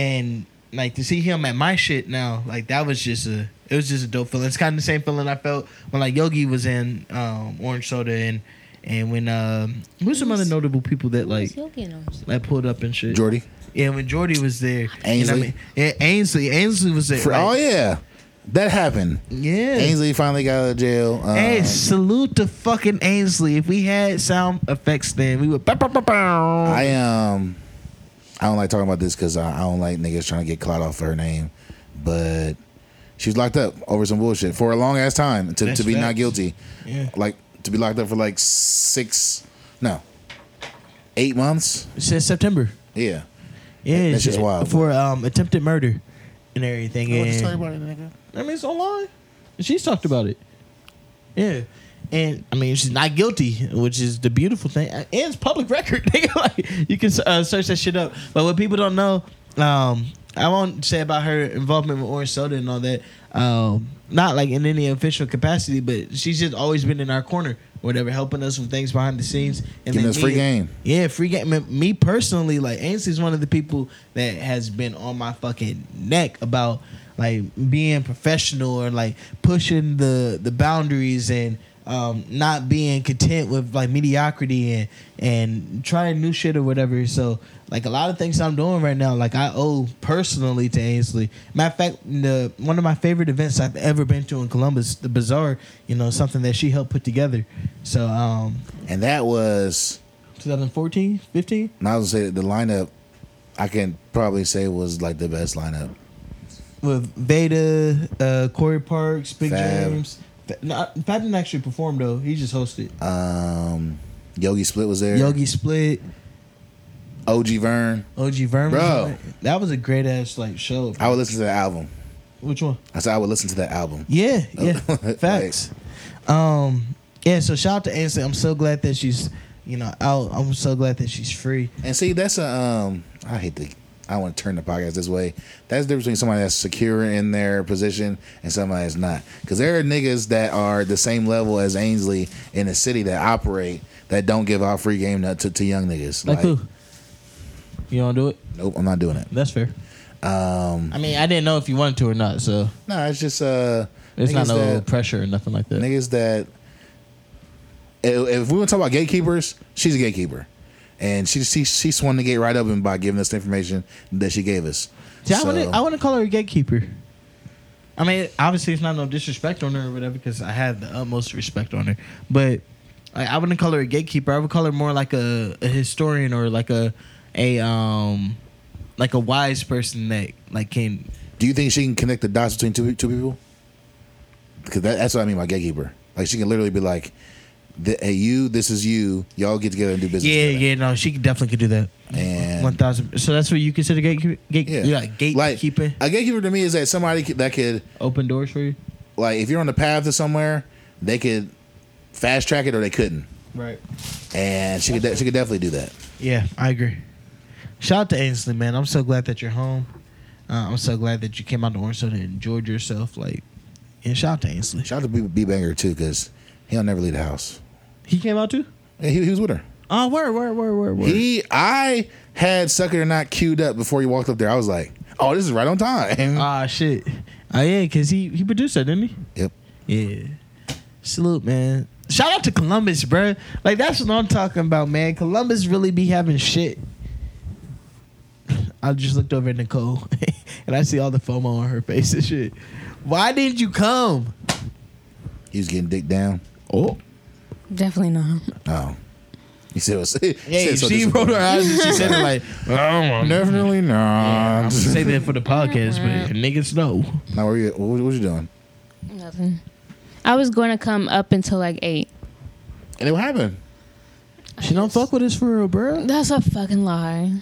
[SPEAKER 2] And like to see him at my shit now, like that was just a it was just a dope feeling. It's kind of the same feeling I felt when like Yogi was in um, Orange Soda and and when um who's some other notable people that like that pulled up and shit.
[SPEAKER 1] Jordy.
[SPEAKER 2] Yeah, when Jordy was there. You know what I
[SPEAKER 1] Ainsley.
[SPEAKER 2] mean? Yeah, Ainsley. Ainsley was there.
[SPEAKER 1] For,
[SPEAKER 2] like,
[SPEAKER 1] oh yeah, that happened.
[SPEAKER 2] yeah.
[SPEAKER 1] Ainsley finally got out of jail. Um,
[SPEAKER 2] Hey, salute to fucking Ainsley. If we had sound effects, then we would. Bow, bow, bow, bow.
[SPEAKER 1] I um, I don't like talking about this because I, I don't like niggas trying to get clout off her name, but she was locked up over some bullshit for a long ass time to,
[SPEAKER 2] That's
[SPEAKER 1] to be not
[SPEAKER 2] facts.
[SPEAKER 1] guilty,
[SPEAKER 2] Yeah.
[SPEAKER 1] like to be locked up for like six, no, eight months.
[SPEAKER 2] Since September.
[SPEAKER 1] Yeah,
[SPEAKER 2] Yeah,
[SPEAKER 1] That's just
[SPEAKER 2] shit.
[SPEAKER 1] wild.
[SPEAKER 2] For um, attempted murder and everything.
[SPEAKER 4] What you
[SPEAKER 2] and-
[SPEAKER 4] talking about it, nigga?
[SPEAKER 2] I mean, it's online. She's talked about it. Yeah. And I mean, she's not guilty, which is the beautiful thing. And it's public record. nigga. like, you can uh, search that shit up. But what people don't know, um, I won't say about her involvement with Orange Soda and all that. Um, not like in any official capacity, but she's just always been in our corner, whatever, helping us with things behind the scenes. And
[SPEAKER 1] Giving
[SPEAKER 2] then
[SPEAKER 1] us free
[SPEAKER 2] me-
[SPEAKER 1] game.
[SPEAKER 2] Yeah, free game. Me- Me personally, like Ainsley's one of the people that has been on my fucking neck about like being professional or like pushing the the boundaries and um, not being content with like mediocrity and and trying new shit or whatever. So like a lot of things I'm doing right now, like I owe personally to Ainsley. Matter of fact, the one of my favorite events I've ever been to in Columbus, the Bazaar, you know, something that she helped put together. So um,
[SPEAKER 1] and that was
[SPEAKER 2] 2014, 15.
[SPEAKER 1] and I was gonna say the lineup. I can probably say was like the best lineup.
[SPEAKER 2] with Veda, uh, Corey Parks, Big
[SPEAKER 1] Fab.
[SPEAKER 2] James. Fa- no, I- Fab didn't actually perform though. He just hosted.
[SPEAKER 1] Um, Yogi Split was there.
[SPEAKER 2] Yogi Split,
[SPEAKER 1] OG Vern.
[SPEAKER 2] OG Vermin.
[SPEAKER 1] Bro.
[SPEAKER 2] That was a great ass like show.
[SPEAKER 1] I would listen to the album.
[SPEAKER 2] Which one?
[SPEAKER 1] I said I would listen to that album.
[SPEAKER 2] Yeah, yeah.
[SPEAKER 1] Like-
[SPEAKER 2] Facts. Um, yeah, so shout out to Ainsley. I'm so glad that she's, you know, out. I'm so glad that she's free.
[SPEAKER 1] And see, that's a um. I hate to. I want to turn the podcast this way. That's the difference between somebody that's secure in their position and somebody that's not. Because there are niggas that are the same level as Ainsley in the city that operate that don't give out free game to, to, to young niggas.
[SPEAKER 2] Like who? You don't do it?
[SPEAKER 1] Nope, I'm not doing it.
[SPEAKER 2] That's fair. Um, I mean, I didn't know if you wanted to or not, so
[SPEAKER 1] No, it's just uh.
[SPEAKER 2] it's not
[SPEAKER 1] niggas
[SPEAKER 2] no
[SPEAKER 1] that-
[SPEAKER 2] pressure or nothing like that.
[SPEAKER 1] niggas that if if we want to talk about gatekeepers, she's a gatekeeper, and she she she swung the gate right up and by giving us the information that she gave us.
[SPEAKER 2] See, I
[SPEAKER 1] So-
[SPEAKER 2] want to I want to call her a gatekeeper. I mean, obviously, it's not no disrespect on her or whatever, because I have the utmost respect on her. But I, I wouldn't call her a gatekeeper. I would call her more like a, a historian or like a a um like a wise person that like can.
[SPEAKER 1] Do you think she can connect the dots between two two people? Because that, that's what I mean by gatekeeper. Like she can literally be like, th- "Hey, you, this is you. Y'all get together and do business."
[SPEAKER 2] Yeah,
[SPEAKER 1] together.
[SPEAKER 2] yeah, no, she definitely could do that.
[SPEAKER 1] And-
[SPEAKER 2] One thousand. So that's what you consider gatekeep Gate, yeah.
[SPEAKER 1] Like,
[SPEAKER 2] gatekeeping,
[SPEAKER 1] a gatekeeper to me is that somebody c- that could
[SPEAKER 2] open doors for you.
[SPEAKER 1] like if you're on the path to somewhere, they could fast track it or they couldn't,
[SPEAKER 2] Right.
[SPEAKER 1] and she could de- she could definitely do that.
[SPEAKER 2] Yeah, I agree. Shout out to Ainsley, man. I'm so glad that you're home. Uh, I'm so glad that you came out to Orange Soda and enjoyed yourself. Like, and shout out to Ainsley.
[SPEAKER 1] Shout out to B, B Banger too, because he'll never leave the house.
[SPEAKER 2] He came out too.
[SPEAKER 1] Yeah, He, he was with her.
[SPEAKER 2] Oh, word, word, word, word, word.
[SPEAKER 1] He, I had Suck It or Not queued up before he walked up there. I was like, oh, this is right on time.
[SPEAKER 2] Ah, shit. Oh yeah, cause he he produced that, didn't he?
[SPEAKER 1] yep.
[SPEAKER 2] Yeah. Salute, man. Shout out to Columbus, bruh. Like that's what I'm talking about, man. Columbus really be having shit. I just looked over at Nicole and I see all the FOMO on her face and shit. Why didn't you come?
[SPEAKER 1] He was getting dick down.
[SPEAKER 2] Oh.
[SPEAKER 3] Definitely not.
[SPEAKER 1] Oh. He said, it was, he
[SPEAKER 2] Yeah,
[SPEAKER 1] said so
[SPEAKER 2] she rolled her eyes and she said it like,
[SPEAKER 1] disappointed. Definitely
[SPEAKER 2] I'm
[SPEAKER 1] not.
[SPEAKER 2] gonna say that for the podcast, but niggas know.
[SPEAKER 1] now, what, are you, what, what you doing?
[SPEAKER 3] Nothing. I was going to come up until like eight.
[SPEAKER 1] And it happened.
[SPEAKER 2] She don't fuck with us for real, bro.
[SPEAKER 3] That's a fucking lie.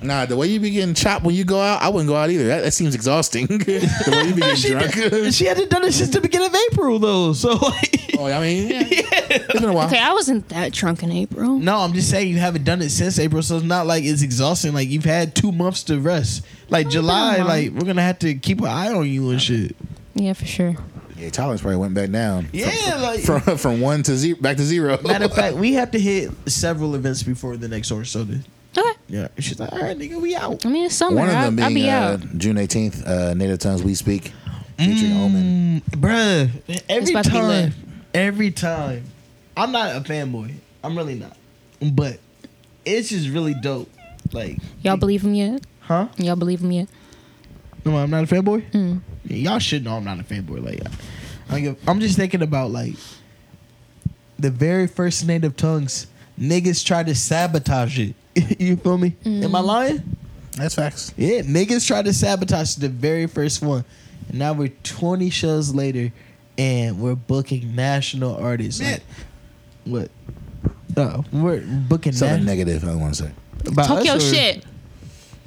[SPEAKER 1] Nah, the way you be getting chopped when you go out, I wouldn't go out either. That, that seems exhausting. the way you be
[SPEAKER 2] She,
[SPEAKER 1] getting
[SPEAKER 2] did,
[SPEAKER 1] drunk.
[SPEAKER 2] she hadn't done it since the beginning of April though, so like,
[SPEAKER 1] oh, I mean, yeah. it's been a while.
[SPEAKER 3] Okay, I wasn't that drunk in
[SPEAKER 1] Mm.
[SPEAKER 3] April.
[SPEAKER 2] no, I'm just saying you haven't done it since April, so it's not like it's exhausting. Like you've had two months to rest. Like July,
[SPEAKER 3] month.
[SPEAKER 2] like we're gonna have to keep an eye on you and shit.
[SPEAKER 3] Yeah, for sure.
[SPEAKER 1] Yeah, tolerance probably went back down.
[SPEAKER 2] Yeah, like
[SPEAKER 1] From from one to zero, back to zero.
[SPEAKER 2] matter of fact, we have to hit several events before the next or so. then.
[SPEAKER 3] Okay.
[SPEAKER 2] Yeah, she's like, all right, nigga, we out.
[SPEAKER 3] I mean, it's summer.
[SPEAKER 1] One of them
[SPEAKER 3] I, I'll
[SPEAKER 1] being
[SPEAKER 3] be
[SPEAKER 1] uh,
[SPEAKER 3] out.
[SPEAKER 1] June 18th, uh, Native Tongues We Speak, featuring
[SPEAKER 2] Mm.
[SPEAKER 1] Omen.
[SPEAKER 2] Bruh, every
[SPEAKER 3] about to be
[SPEAKER 2] time,
[SPEAKER 3] lit.
[SPEAKER 2] every time, I'm not a fanboy. I'm really not, but it's just really dope. Like,
[SPEAKER 3] Y'all believe him yet?
[SPEAKER 2] huh?
[SPEAKER 3] Y'all believe him yet?
[SPEAKER 2] No, I'm not a fanboy.
[SPEAKER 3] Hmm.
[SPEAKER 2] Y'all should know I'm not a fanboy. Like, I don't give, I'm just thinking about like the very first native tongues niggas tried to sabotage it. you feel me? Am
[SPEAKER 3] Hmm.
[SPEAKER 2] I lying?
[SPEAKER 1] That's facts.
[SPEAKER 2] Yeah, niggas tried to sabotage the very first one. And now we're 20 shows later and we're booking national artists. Like, what? Oh, we're booking
[SPEAKER 1] Something
[SPEAKER 2] national
[SPEAKER 1] negative, I want to say.
[SPEAKER 3] Talk your shit.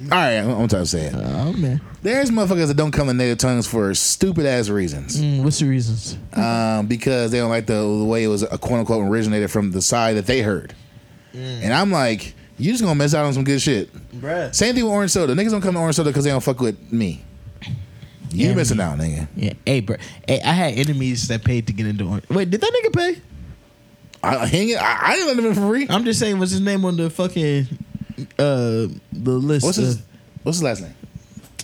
[SPEAKER 1] All right, I'm, I'm tired of saying. it.
[SPEAKER 2] Oh, man.
[SPEAKER 1] There's motherfuckers that don't come in Native Tongues for stupid ass reasons.
[SPEAKER 2] Mm, what's the reasons?
[SPEAKER 1] um, because they don't like the, the way it was uh, quote unquote originated from the side that they heard.
[SPEAKER 2] Mm.
[SPEAKER 1] And I'm like, you just gonna miss out on some good shit.
[SPEAKER 2] Bruh.
[SPEAKER 1] Same thing with orange soda. Niggas don't come to orange soda because they don't fuck with me. You
[SPEAKER 2] Yeah,
[SPEAKER 1] missing
[SPEAKER 2] me.
[SPEAKER 1] out, nigga.
[SPEAKER 2] Yeah. Hey, bro. Hey, I had enemies that paid to get into Orange. Wait, did that nigga pay?
[SPEAKER 1] I, I hang it. I, I didn't let him in for free.
[SPEAKER 2] I'm just saying, what's his name on the fucking uh the list?
[SPEAKER 1] What's his
[SPEAKER 2] of-
[SPEAKER 1] What's his last name?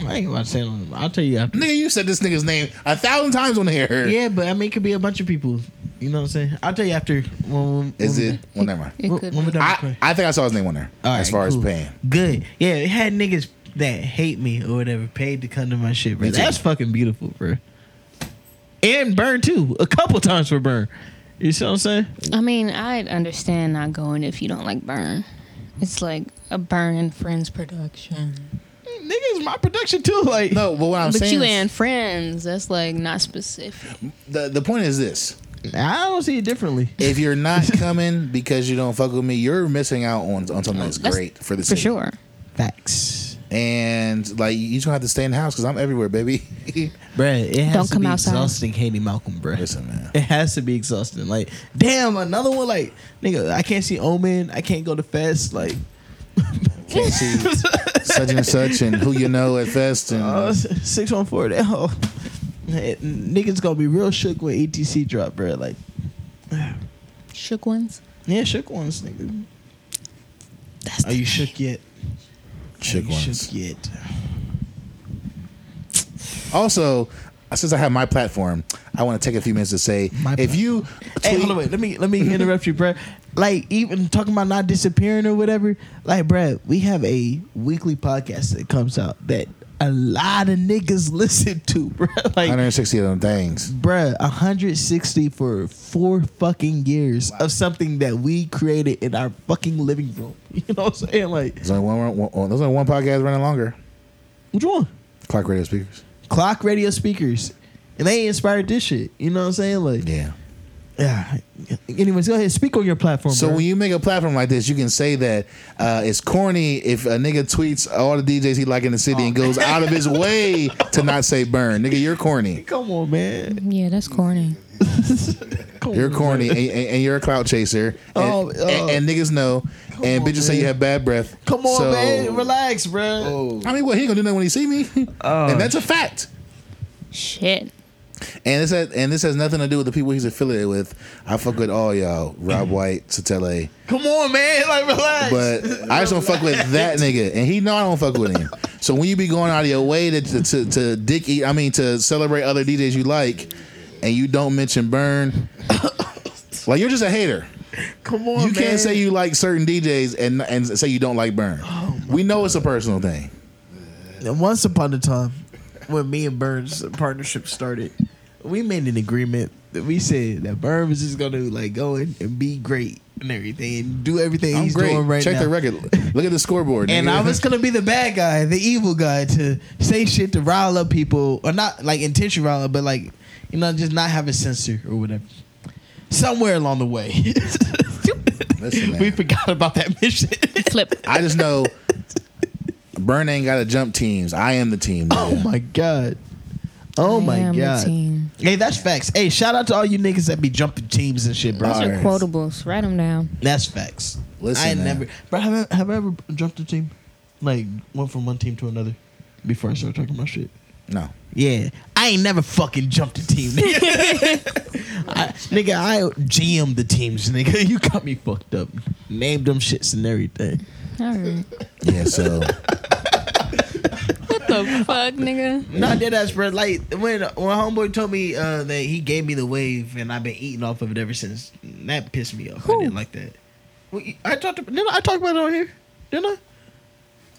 [SPEAKER 2] I ain't about to say it on. I'll tell you after.
[SPEAKER 1] Nigga, you said this nigga's name a thousand times on here.
[SPEAKER 2] Yeah, but I mean, it could be a bunch of people. You know what I'm saying? I'll tell you after. When, when,
[SPEAKER 1] Is
[SPEAKER 2] when-
[SPEAKER 1] it? Well, never mind.
[SPEAKER 3] It
[SPEAKER 2] when-
[SPEAKER 3] could
[SPEAKER 2] when we're
[SPEAKER 3] be.
[SPEAKER 2] done
[SPEAKER 1] I,
[SPEAKER 2] recording.
[SPEAKER 1] I think I saw his name on there
[SPEAKER 2] All right,
[SPEAKER 1] as far
[SPEAKER 2] cool.
[SPEAKER 1] as paying.
[SPEAKER 2] Good. Yeah, it had niggas that hate me or whatever paid to come to my shit, bro.
[SPEAKER 1] Me too.
[SPEAKER 2] That's fucking beautiful, bro. And burn too. A couple times for burn. You see what I'm saying?
[SPEAKER 3] I mean, I'd understand not going if you don't like burn. It's like a burn and friends production.
[SPEAKER 2] Niggas, my production too. Like,
[SPEAKER 1] No, but what I'm
[SPEAKER 3] but
[SPEAKER 1] saying,
[SPEAKER 3] you
[SPEAKER 1] is-
[SPEAKER 3] and friends, that's like not specific.
[SPEAKER 1] the the point is this:
[SPEAKER 2] I don't see it differently.
[SPEAKER 1] if you're not coming because you don't fuck with me, you're missing out on on something that's
[SPEAKER 3] That's-
[SPEAKER 1] great for the
[SPEAKER 3] For
[SPEAKER 1] city.
[SPEAKER 3] sure.
[SPEAKER 2] Facts.
[SPEAKER 1] And like you just gonna have to stay in the house because I'm everywhere, baby.
[SPEAKER 2] Bruh, it has
[SPEAKER 3] Don't
[SPEAKER 2] to
[SPEAKER 3] come
[SPEAKER 2] be
[SPEAKER 3] outside.
[SPEAKER 2] exhausting hating Malcolm, bruh.
[SPEAKER 1] Listen, man.
[SPEAKER 2] It has to be exhausting. Like, damn, another one. Like, nigga, I can't see Omen. I can't go to Fest. Like,
[SPEAKER 1] Can't see such and such and who you know at fest and
[SPEAKER 2] uh, six one four. That hoe. Hey, Niggas gonna be real shook when ETC drop, bruh. Like,
[SPEAKER 3] Shook ones.
[SPEAKER 2] yeah, shook ones, nigga.
[SPEAKER 3] That's
[SPEAKER 2] Are you shook yet? Are
[SPEAKER 1] chick
[SPEAKER 2] you
[SPEAKER 1] ones.
[SPEAKER 2] Shook yet?
[SPEAKER 1] Also, since I have my platform, I want to take a few minutes to say
[SPEAKER 2] My
[SPEAKER 1] if
[SPEAKER 2] platform.
[SPEAKER 1] you
[SPEAKER 2] Hey,
[SPEAKER 1] tweet-
[SPEAKER 2] hold on, wait. Let me let me interrupt you, bruh. Like even talking about not disappearing or whatever. Like, bruh, we have a weekly podcast that comes out that a lot of niggas listen to, bruh. Like,
[SPEAKER 1] 160 of them things.
[SPEAKER 2] bruh, 160 for four fucking years of something that we created in our fucking living room. You know what I'm saying? Like,
[SPEAKER 1] There's only one, one- there's only one podcast running longer.
[SPEAKER 2] which one?
[SPEAKER 1] Clock radio speakers.
[SPEAKER 2] Clock radio speakers, and they inspired this shit. You know what I'm saying? Like,
[SPEAKER 1] Yeah.
[SPEAKER 2] yeah. Anyways, go ahead, speak on your platform.
[SPEAKER 1] So
[SPEAKER 2] bruh.
[SPEAKER 1] when you make a platform like this, you can say that uh, it's corny if a nigga tweets all the DJs he like in the city
[SPEAKER 2] Oh.
[SPEAKER 1] and goes out of his way to not say burn. Nigga, you're corny.
[SPEAKER 2] come on, man.
[SPEAKER 3] Yeah, that's corny.
[SPEAKER 2] Come
[SPEAKER 1] You're
[SPEAKER 2] on,
[SPEAKER 1] corny
[SPEAKER 2] man.
[SPEAKER 1] and, and, and you're a clout chaser. And,
[SPEAKER 2] Oh, oh.
[SPEAKER 1] and, and niggas know. And
[SPEAKER 2] on,
[SPEAKER 1] bitches say you
[SPEAKER 2] man.
[SPEAKER 1] have bad breath.
[SPEAKER 2] Come on,
[SPEAKER 1] So- Oh.
[SPEAKER 2] man. Relax, bro.
[SPEAKER 1] I mean, what he ain't gonna do that when he see me,
[SPEAKER 2] Oh.
[SPEAKER 1] and that's a fact.
[SPEAKER 3] Shit.
[SPEAKER 1] And this has, and this has nothing to do with the people he's affiliated with. I fuck with all y'all,
[SPEAKER 2] Mm-hmm.
[SPEAKER 1] Rob White, Satele.
[SPEAKER 2] Come on, man. Like, relax.
[SPEAKER 1] but I just don't fuck with that nigga, and he know I don't fuck with him. So when you be going out of your way to to, to, to dick eat, I mean to celebrate other DJs you like, and you don't mention Burn, like you're just a hater.
[SPEAKER 2] come on,
[SPEAKER 1] You
[SPEAKER 2] man.
[SPEAKER 1] can't say you like certain DJs and and say you don't like Burn.
[SPEAKER 2] Oh
[SPEAKER 1] we know it's a personal thing.
[SPEAKER 2] And once upon a time, when me and Burns' partnership started, we made an agreement that we said that Burns was just gonna like go in and be great and everything and do everything
[SPEAKER 1] I'm
[SPEAKER 2] he's
[SPEAKER 1] great.
[SPEAKER 2] doing right
[SPEAKER 1] Check
[SPEAKER 2] now.
[SPEAKER 1] the record. Look at the scoreboard.
[SPEAKER 2] And
[SPEAKER 1] nigga.
[SPEAKER 2] I was gonna be the bad guy, the evil guy, to say shit to rile up people, or not like intention rile up, but like you know, just not have a censor or whatever. Somewhere along the way,
[SPEAKER 1] Listen, man.
[SPEAKER 2] we forgot about that mission.
[SPEAKER 3] Flip.
[SPEAKER 1] I just know Burn ain't gotta jump teams. I am the team.
[SPEAKER 2] Oh
[SPEAKER 1] nigga.
[SPEAKER 2] my god. Oh
[SPEAKER 3] I
[SPEAKER 2] my
[SPEAKER 3] am the
[SPEAKER 2] god.
[SPEAKER 3] team.
[SPEAKER 2] Hey, that's facts. Hey, shout out to all you niggas that be jumping teams and shit, bro.
[SPEAKER 3] Those are
[SPEAKER 1] Bars.
[SPEAKER 3] quotables. Write them down.
[SPEAKER 2] That's facts.
[SPEAKER 1] Listen,
[SPEAKER 2] I
[SPEAKER 1] man.
[SPEAKER 2] never, bro. Have I, have I ever jumped a team? Like went from one team to another before I started talking my shit.
[SPEAKER 1] No.
[SPEAKER 2] Yeah, I ain't never fucking jumped a team, nigga. I, nigga, I GM the teams, nigga. You got me fucked up. Named them shits and everything.
[SPEAKER 3] All right.
[SPEAKER 1] Yeah. So
[SPEAKER 3] What the fuck, nigga?
[SPEAKER 2] No, I did ask, bro. Like when when homeboy told me uh, that he gave me the wave, and I've been eating off of it ever since. That pissed me off. I
[SPEAKER 3] Who?
[SPEAKER 2] didn't like that. Well, you- I talked. Didn't I talk about it on here? Didn't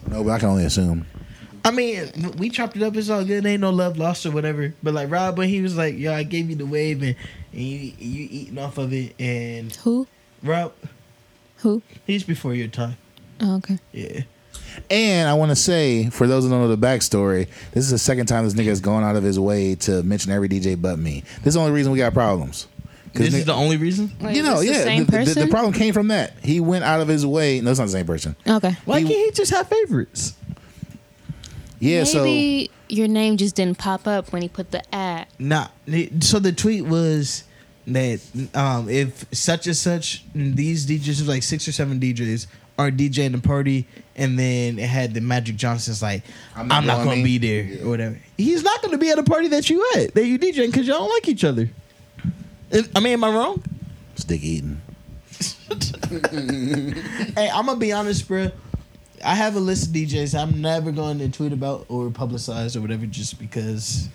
[SPEAKER 1] no, but I can only assume.
[SPEAKER 2] I? I mean, we chopped it up. It's all good. Ain't no love lost or whatever. But like Rob, when he was like, "Yo, I gave you the wave, and, and you you eating off of it," and
[SPEAKER 3] Who?
[SPEAKER 2] Rob,
[SPEAKER 3] Who?
[SPEAKER 2] he's before your time.
[SPEAKER 3] Oh, okay.
[SPEAKER 2] Yeah.
[SPEAKER 1] And I want to say, for those who don't know the backstory, this is the second time this nigga has gone out of his way to mention every DJ but me. This is the only reason we got problems. 'Cause
[SPEAKER 8] This
[SPEAKER 1] nigga-
[SPEAKER 8] is the only reason.
[SPEAKER 3] Wait,
[SPEAKER 1] you know,
[SPEAKER 3] it's
[SPEAKER 1] yeah,
[SPEAKER 3] The same
[SPEAKER 1] the, the-
[SPEAKER 3] person.
[SPEAKER 1] the problem came from that. He went out of his way. No, it's not the same person.
[SPEAKER 3] Okay.
[SPEAKER 2] Why
[SPEAKER 1] He-
[SPEAKER 2] can't he just have favorites?
[SPEAKER 1] Yeah, so
[SPEAKER 3] Maybe your name just didn't pop up when he put the ad.
[SPEAKER 2] Nah. they- So the tweet was that um, if such and such these DJs, like six or seven DJs, are DJing the party, and then it had the Magic Johnson's like, I'm not,
[SPEAKER 1] going
[SPEAKER 2] gonna be there or whatever. He's not gonna be at a party that you at that you DJing because y'all don't like each other. And- I mean, am I wrong?
[SPEAKER 1] stick eating.
[SPEAKER 2] Hey, I'm gonna be honest, bro. I have a list of DJs I'm never going to tweet about or publicize or whatever, just because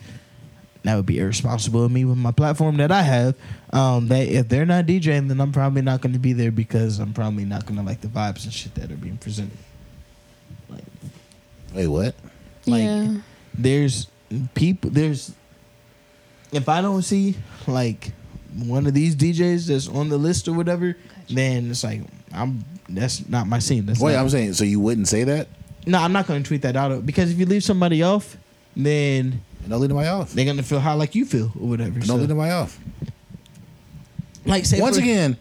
[SPEAKER 2] that would be irresponsible of me with my platform that I have. Um, that if they're not DJing, then I'm probably not going to be there because I'm probably not going to like the vibes and shit that are being presented. Like,
[SPEAKER 1] Wait, what?
[SPEAKER 2] Like-
[SPEAKER 3] yeah.
[SPEAKER 2] there's people. There's if I don't see like one of these DJs that's on the list or whatever, then it's like I'm. That's not my scene. That's
[SPEAKER 1] Wait,
[SPEAKER 2] not-
[SPEAKER 1] I'm saying, so you wouldn't say that?
[SPEAKER 2] No, I'm not going to tweet that out because if you leave somebody off, then
[SPEAKER 1] Don't lead nobody off.
[SPEAKER 2] they're going to feel how like you feel or whatever.
[SPEAKER 1] Don't
[SPEAKER 2] so-
[SPEAKER 1] lead nobody off.
[SPEAKER 2] like say
[SPEAKER 1] Once
[SPEAKER 2] for-
[SPEAKER 1] again,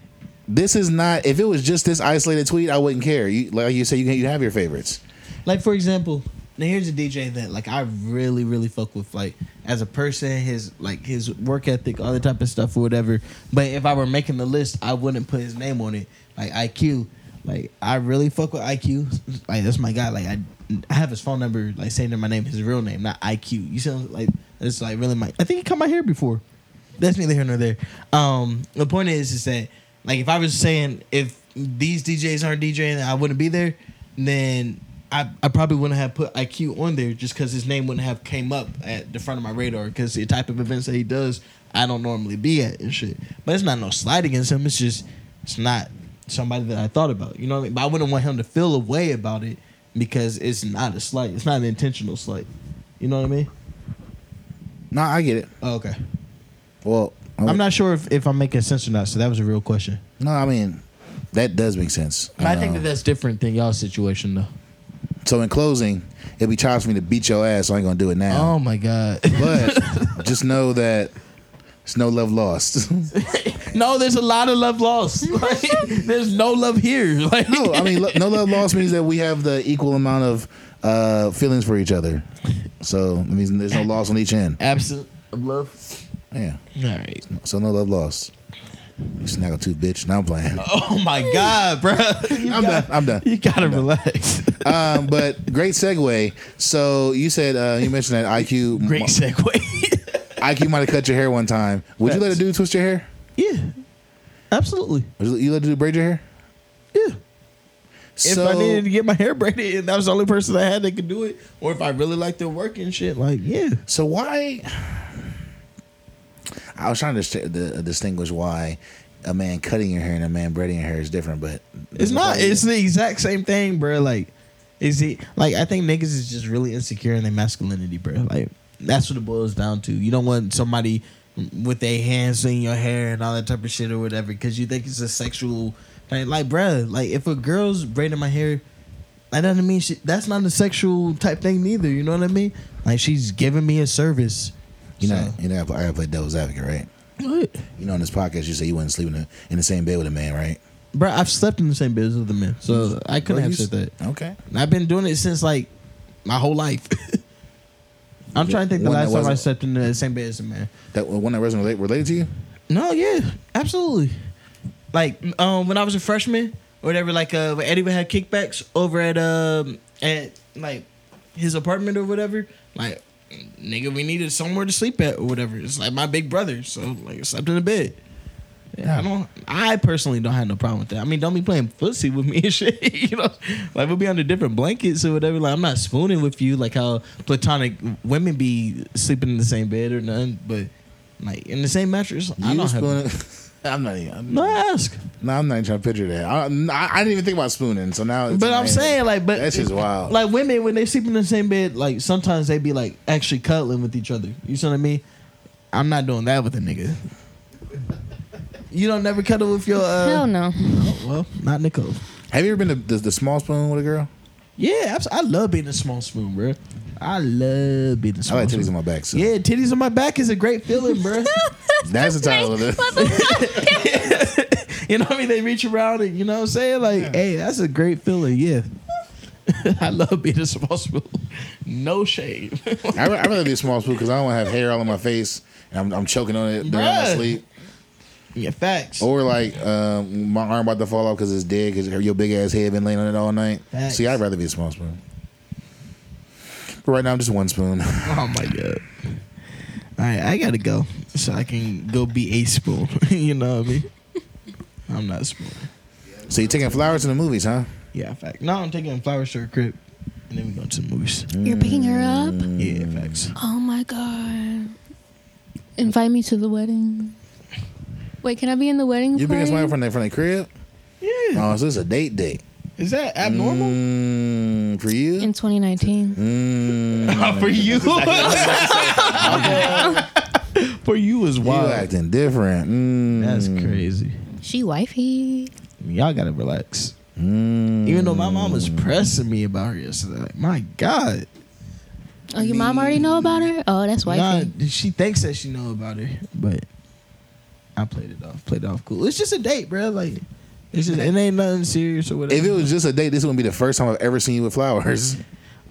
[SPEAKER 1] this is not. If it was just this isolated tweet, I wouldn't care. You, like you say, you can, you have your favorites.
[SPEAKER 2] like for example, now here's a DJ that like I really really fuck with like as a person, his like his work ethic, all that type of stuff or whatever. But if I were making the list, I wouldn't put his name on it. Like IQ, like I really fuck with IQ. Like that's my guy. Like I, I have his phone number. Like saying that my name, his real name, not IQ. You sound like it's like really my. I think he come out here before. That's neither here nor there. Um, the point is, is that like if I was saying if these DJs aren't DJing, I wouldn't be there. Then I, I probably wouldn't have put IQ on there just because his name wouldn't have came up at the front of my radar because the type of events that he does I don't normally be at and shit. But it's not no slight against him. It's just it's not somebody that I thought about. You know what I mean? But I wouldn't want him to feel a way about it because it's not a slight. It's not an intentional slight. You know what I mean?
[SPEAKER 1] No, I get it.
[SPEAKER 2] Oh, okay.
[SPEAKER 1] Well,
[SPEAKER 2] I'm not sure if, if I'm making sense or not. So that was a real question.
[SPEAKER 1] No, I mean, that does make sense.
[SPEAKER 2] I think
[SPEAKER 1] Um,
[SPEAKER 2] that that's different than y'all's situation, though.
[SPEAKER 1] So in closing, it'd be chops for me to beat your ass, so I ain't gonna do it now.
[SPEAKER 2] Oh my god!
[SPEAKER 1] But just know that it's no love lost.
[SPEAKER 2] no, there's a lot of love lost. Like, there's no love here. Like,
[SPEAKER 1] no, I mean lo- no love lost means that we have the equal amount of uh, feelings for each other. So it means there's no loss on each end.
[SPEAKER 2] absent of love.
[SPEAKER 1] Yeah.
[SPEAKER 2] All right.
[SPEAKER 1] So no love lost. You snaggle tooth, bitch. Now I'm playing.
[SPEAKER 2] Oh my god, bro!
[SPEAKER 1] I'm done. I'm done.
[SPEAKER 2] You gotta relax.
[SPEAKER 1] Um, but great segue. So you said uh, you mentioned that IQ
[SPEAKER 2] Great segue.
[SPEAKER 1] IQ might have cut your hair one time. Would you let a
[SPEAKER 2] Facts.
[SPEAKER 1] dude twist your hair?
[SPEAKER 2] yeah, absolutely.
[SPEAKER 1] Would you- you let a dude braid your hair?
[SPEAKER 2] Yeah. If
[SPEAKER 1] So-
[SPEAKER 2] I needed to get my hair braided, and that was the only person I had that could do it, or if I really liked their work and shit, like yeah,
[SPEAKER 1] So why? I was trying to st- the, uh, distinguish why a man cutting your hair and a man braiding your hair is different, but
[SPEAKER 2] It's not. It's the exact same thing, bro. Like, is it like I think niggas is just really insecure in their masculinity, bro. Like that's what it boils down to. You don't want somebody with their hands in your hair and all that type of shit or whatever because you think it's a sexual thing. Like, bro, like if a girl's braiding my hair, that doesn't mean she, that's not a sexual type thing neither. You know what I mean? Like she's giving me a service.
[SPEAKER 1] you know. You know, I play, I play devil's advocate, right?
[SPEAKER 2] So- what?
[SPEAKER 1] You know, in this podcast, you say you wouldn't sleep in the, in the same bed with a man, right?
[SPEAKER 2] Bro, I've slept in the same bed as other men, so I couldn't
[SPEAKER 1] Bro,
[SPEAKER 2] have
[SPEAKER 1] you
[SPEAKER 2] said
[SPEAKER 1] s-
[SPEAKER 2] that.
[SPEAKER 1] Okay.
[SPEAKER 2] And I've been doing it since like my whole life. I'm trying to think the
[SPEAKER 1] One that
[SPEAKER 2] last time I
[SPEAKER 1] wasn't-
[SPEAKER 2] slept in the same bed as a man.
[SPEAKER 1] That one that wasn't related, related to you?
[SPEAKER 2] No, yeah, absolutely. Like um, when I was a freshman or whatever, like uh, when Eddie would have kickbacks over at um at like his apartment or whatever. Like nigga, we needed somewhere to sleep at or whatever. It's like my big brother, so like I slept in the bed. Yeah, I don't. I personally don't have no problem with that. I mean, don't be playing pussy with me and shit. You know, like we'll be under different blankets or whatever. Like I'm not spooning with you, like how platonic women be sleeping in the same bed or nothing. But like in the same mattress, I
[SPEAKER 1] You
[SPEAKER 2] don't
[SPEAKER 1] was
[SPEAKER 2] have.
[SPEAKER 1] spooning. I'm not even. I'm,
[SPEAKER 2] No, ask.
[SPEAKER 1] no, I'm not even trying to picture that. I, I, I didn't even think about spooning. So now, it's
[SPEAKER 2] But
[SPEAKER 1] in
[SPEAKER 2] I'm
[SPEAKER 1] my head.
[SPEAKER 2] saying, like, but
[SPEAKER 1] That's just wild.
[SPEAKER 2] Like women when they sleep in the same bed, like sometimes they be like actually cuddling with each other. You see what I mean? I'm not doing that with a nigga. You don't never cuddle with your uh,
[SPEAKER 3] Hell no.
[SPEAKER 2] well, not Nicole.
[SPEAKER 1] have you ever been to the, the small spoon with a girl?
[SPEAKER 2] Yeah, abs- I love being a small spoon, bro. I love being a
[SPEAKER 1] I
[SPEAKER 2] small
[SPEAKER 1] like titties
[SPEAKER 2] spoon.
[SPEAKER 1] on my back. So
[SPEAKER 2] Yeah, titties on my back is a great feeling, bro.
[SPEAKER 1] that's the title of it.
[SPEAKER 2] you know what I mean? They reach around and you know what I'm saying? Like, hey, that's a great feeling, yeah. I love being a small spoon. No shade.
[SPEAKER 1] I would rather be a small spoon because I don't want to have hair all on my face and I'm, I'm choking on it during my
[SPEAKER 2] Bruh.
[SPEAKER 1] sleep.
[SPEAKER 2] yeah, facts.
[SPEAKER 1] Or like um, my arm about to fall off because it's dead because your big ass head been laying on it all night.
[SPEAKER 2] Facts.
[SPEAKER 1] See, I'd rather be a small spoon. But right now I'm just one spoon.
[SPEAKER 2] Oh my god. All right, I gotta go so I can go be a spoon. you know what I mean? I'm not a spoon.
[SPEAKER 1] so you're taking flowers in the movies, huh?
[SPEAKER 2] Yeah, fact. No, I'm taking flowers to her crib, and then we go to the movies.
[SPEAKER 3] You're picking her up?
[SPEAKER 2] Yeah, facts.
[SPEAKER 3] Oh my god. Invite me to the wedding. Wait, can I be in the wedding?
[SPEAKER 1] You picking
[SPEAKER 3] party?
[SPEAKER 1] somebody from their from their crib?
[SPEAKER 2] Yeah,
[SPEAKER 1] Oh, so it's a date date.
[SPEAKER 2] is that abnormal?
[SPEAKER 1] Mm, for you?
[SPEAKER 3] in 2019.
[SPEAKER 1] Mm,
[SPEAKER 2] Oh, for you, for you is
[SPEAKER 1] you
[SPEAKER 2] wild.
[SPEAKER 1] acting different. Mm,
[SPEAKER 2] That's crazy.
[SPEAKER 3] She wifey.
[SPEAKER 2] Y'all gotta relax.
[SPEAKER 1] Mm,
[SPEAKER 2] Even though my mom was pressing me about her yesterday, like, my God,
[SPEAKER 3] Oh, your mom already know about her? Oh, that's wifey.
[SPEAKER 2] Nah, she thinks that she know about her, but I played it off. Played it off cool. It's just a date, bro. Like, it's just it ain't nothing serious or whatever.
[SPEAKER 1] if it was just a date, this wouldn't be the first time I've ever seen you with flowers.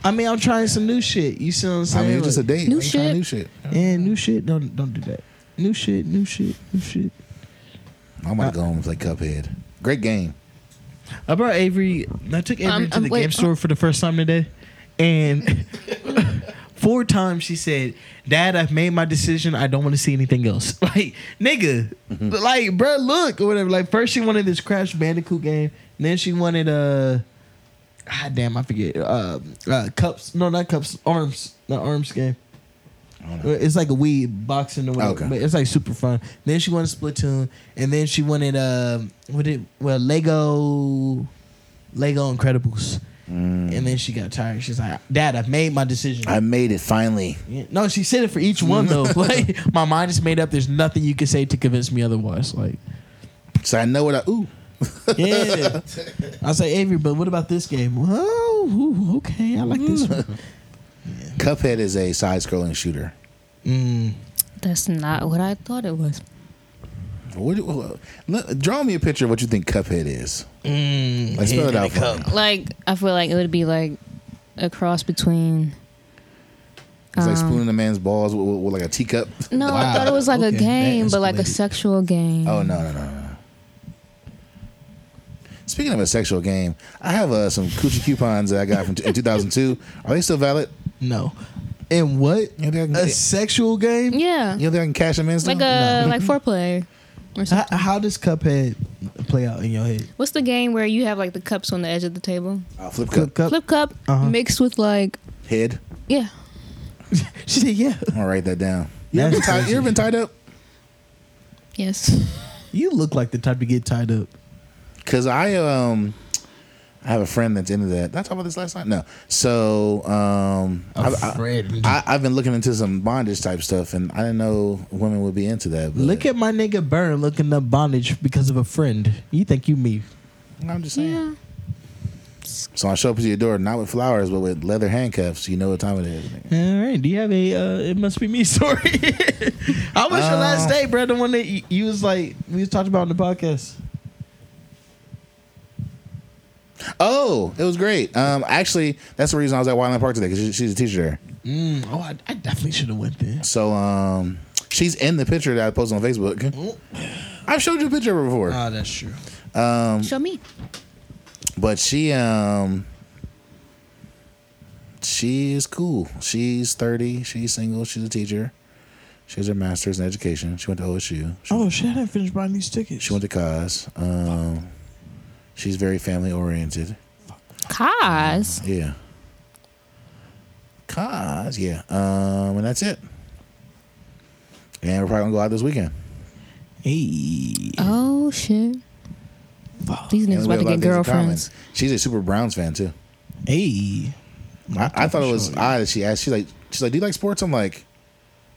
[SPEAKER 2] I mean, I'm trying some new shit. You see what I'm
[SPEAKER 1] I
[SPEAKER 2] saying?
[SPEAKER 1] mean, it's just a
[SPEAKER 2] Like,
[SPEAKER 1] date.
[SPEAKER 3] New
[SPEAKER 1] Like, try
[SPEAKER 3] shit.
[SPEAKER 1] New shit.
[SPEAKER 2] Yeah, new shit. Don't don't do that. New shit. New shit. New shit.
[SPEAKER 1] I'm about to go home and play Cuphead. Great game.
[SPEAKER 9] I brought Avery. I took Avery
[SPEAKER 3] Um,
[SPEAKER 9] to
[SPEAKER 3] um,
[SPEAKER 9] the
[SPEAKER 3] wait,
[SPEAKER 9] game store for the first time today, and four times she said, "Dad, I've made my decision. I don't want to see anything else." Like, nigga, like, bro, look or whatever. Like, first she wanted this Crash Bandicoot game, and then she wanted uh, ah, damn, I forget. Uh,
[SPEAKER 2] Um,
[SPEAKER 9] uh, cups. No, not cups. Arms. The arms game. It's like a weed boxing or whatever,
[SPEAKER 1] Okay.
[SPEAKER 2] but it's like super fun. Then she wanted Splatoon, and then she wanted um, what did well Lego, Lego Incredibles, and then she got tired. She's like, "Dad, I've made my decision."
[SPEAKER 1] Mm. I made it finally.
[SPEAKER 2] Yeah. No, she said it for each one though. like my mind is made up. There's nothing you can say to convince me otherwise. Like,
[SPEAKER 1] So I know what I. Ooh.
[SPEAKER 2] yeah. I say Avery, but what about this game? Whoa, ooh, okay, I like this one.
[SPEAKER 1] Cuphead is a side-scrolling shooter.
[SPEAKER 2] Mm.
[SPEAKER 3] That's not what I thought it was.
[SPEAKER 1] What, what- look, draw me a picture of what you think Cuphead is.
[SPEAKER 2] Mm.
[SPEAKER 1] Like, spell it out for me.
[SPEAKER 3] Like, I feel like it would be like a cross between.
[SPEAKER 1] It's like
[SPEAKER 3] um,
[SPEAKER 1] spooning a man's balls with, with, with like a teacup.
[SPEAKER 3] No,
[SPEAKER 2] Wow.
[SPEAKER 3] I thought it was like
[SPEAKER 2] Okay,
[SPEAKER 3] a
[SPEAKER 2] that
[SPEAKER 3] game, but like a
[SPEAKER 2] escalated.
[SPEAKER 3] sexual game.
[SPEAKER 1] Oh no, no, no, no. no. Speaking of a sexual game, I have uh, some coochie coupons that I got from t- in 2002. Are they still valid?
[SPEAKER 2] No. And what?
[SPEAKER 1] You don't think I
[SPEAKER 2] A
[SPEAKER 1] can,
[SPEAKER 2] sexual game?
[SPEAKER 3] Yeah.
[SPEAKER 1] you don't think I can cash them in? Still?
[SPEAKER 3] Like a like foreplay or something.
[SPEAKER 2] How, how does Cuphead play out in your head?
[SPEAKER 3] What's the game where you have like the cups on the edge of the table?
[SPEAKER 1] Uh, flip
[SPEAKER 2] Flip
[SPEAKER 1] cup
[SPEAKER 2] cup?
[SPEAKER 3] Flip cup
[SPEAKER 2] Uh-huh.
[SPEAKER 3] mixed with like
[SPEAKER 1] head.
[SPEAKER 3] yeah.
[SPEAKER 2] She said, yeah.
[SPEAKER 1] I'm gonna write that down. You ever,
[SPEAKER 2] That's
[SPEAKER 1] been tied, you
[SPEAKER 2] crazy.
[SPEAKER 1] ever been tied up?
[SPEAKER 3] Yes.
[SPEAKER 2] You look like the type to get tied up.
[SPEAKER 1] Cause I um, I have a friend that's into that. Did I talk about this last night? No. So um,
[SPEAKER 2] A
[SPEAKER 1] I've- I,
[SPEAKER 2] friend.
[SPEAKER 1] I, I've been looking into some bondage type stuff, and I didn't know women would be into that. But
[SPEAKER 2] Look at my nigga Burn looking up bondage because of a friend. You think you me.
[SPEAKER 1] I'm just saying.
[SPEAKER 3] yeah.
[SPEAKER 1] So I show up to your door, not with flowers, but with leather handcuffs. You know what time it is.
[SPEAKER 2] All right. Do you have a uh, it must be me story? I was your last
[SPEAKER 1] Um,
[SPEAKER 2] day, bro. The one that you, you was like we was talking about on the podcast.
[SPEAKER 1] Oh, it was great. Um, actually, that's the reason I was at Wildland Park today because she's a teacher there.
[SPEAKER 10] Mm, oh, I, I definitely should have went there.
[SPEAKER 1] So um, she's in the picture that I posted on Facebook. I've showed you a picture of her before.
[SPEAKER 2] Uh.
[SPEAKER 10] Oh, that's true.
[SPEAKER 3] Show me.
[SPEAKER 1] but she um she is cool. She's thirty. She's single. She's a teacher. She has her master's in education. She went to OSU. She,
[SPEAKER 11] Oh shit! I didn't finish buying these tickets.
[SPEAKER 1] she went to cause. Um, she's very family oriented.
[SPEAKER 3] Cause
[SPEAKER 1] Yeah. Cause yeah. Um, and that's it. And we're probably gonna go out this weekend.
[SPEAKER 11] Hey,
[SPEAKER 3] oh shit, these
[SPEAKER 1] And
[SPEAKER 3] niggas
[SPEAKER 1] we have
[SPEAKER 3] about to
[SPEAKER 1] a lot of
[SPEAKER 3] get
[SPEAKER 1] things in common.
[SPEAKER 3] girlfriends.
[SPEAKER 1] She's a super Browns fan too.
[SPEAKER 11] hey.
[SPEAKER 1] I,
[SPEAKER 2] Oh,
[SPEAKER 1] I thought it was odd that she asked. She's like, she's like, do you like sports? I'm like,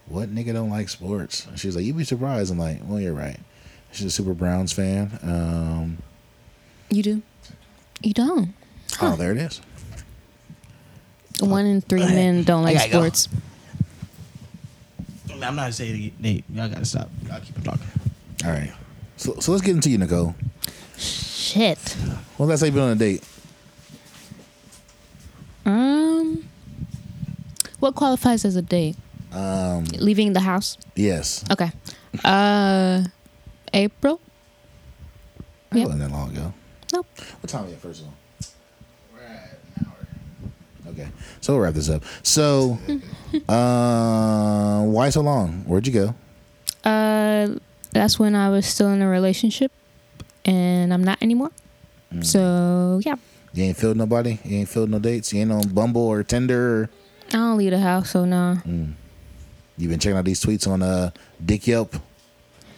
[SPEAKER 1] what nigga don't like sports? And she's like, you'd be surprised. I'm like, well, you're right. She's a super Browns fan. Um,
[SPEAKER 3] You do? You don't.
[SPEAKER 1] Oh, there it is.
[SPEAKER 3] One in three men don't like
[SPEAKER 10] gotta go.
[SPEAKER 3] sports.
[SPEAKER 10] I'm not saying it, Nate. Y'all gotta stop. Y'all keep it talking.
[SPEAKER 1] All right. So, so let's get into you, Nicole.
[SPEAKER 3] Shit.
[SPEAKER 1] Well, that's how you been on a date.
[SPEAKER 3] Um, what qualifies as a date?
[SPEAKER 1] Um,
[SPEAKER 3] Leaving the house.
[SPEAKER 1] yes.
[SPEAKER 3] Okay. Uh, April.
[SPEAKER 1] That
[SPEAKER 3] Yep.
[SPEAKER 1] wasn't that long ago.
[SPEAKER 3] Nope.
[SPEAKER 1] What time are you at, first of all? Okay. So we'll wrap this up. So, uh, why so long? Where'd you go?
[SPEAKER 3] Uh, that's when I was still in a relationship, and I'm not anymore. So yeah,
[SPEAKER 1] You ain't filled nobody? You ain't filled no dates? You ain't on Bumble or Tinder or
[SPEAKER 3] I don't leave the house, so nah.
[SPEAKER 1] You've been checking out these tweets on uh Dick Yelp.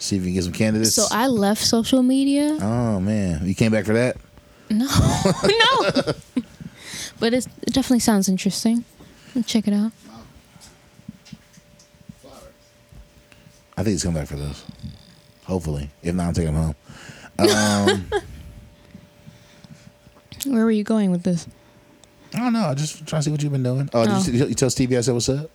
[SPEAKER 1] See if you can get some candidates.
[SPEAKER 3] So I left social media.
[SPEAKER 1] oh man, you came back for that.
[SPEAKER 3] No, no. but it's, it definitely sounds interesting. I'll Check it out.
[SPEAKER 1] I think he's coming back for those. Hopefully, if not, I'm taking him home.
[SPEAKER 3] Where were you going with this?
[SPEAKER 1] I don't know. I just trying to see what you've been doing. Oh,
[SPEAKER 3] Oh.
[SPEAKER 1] Did, you, you tell Stevie I said what's up?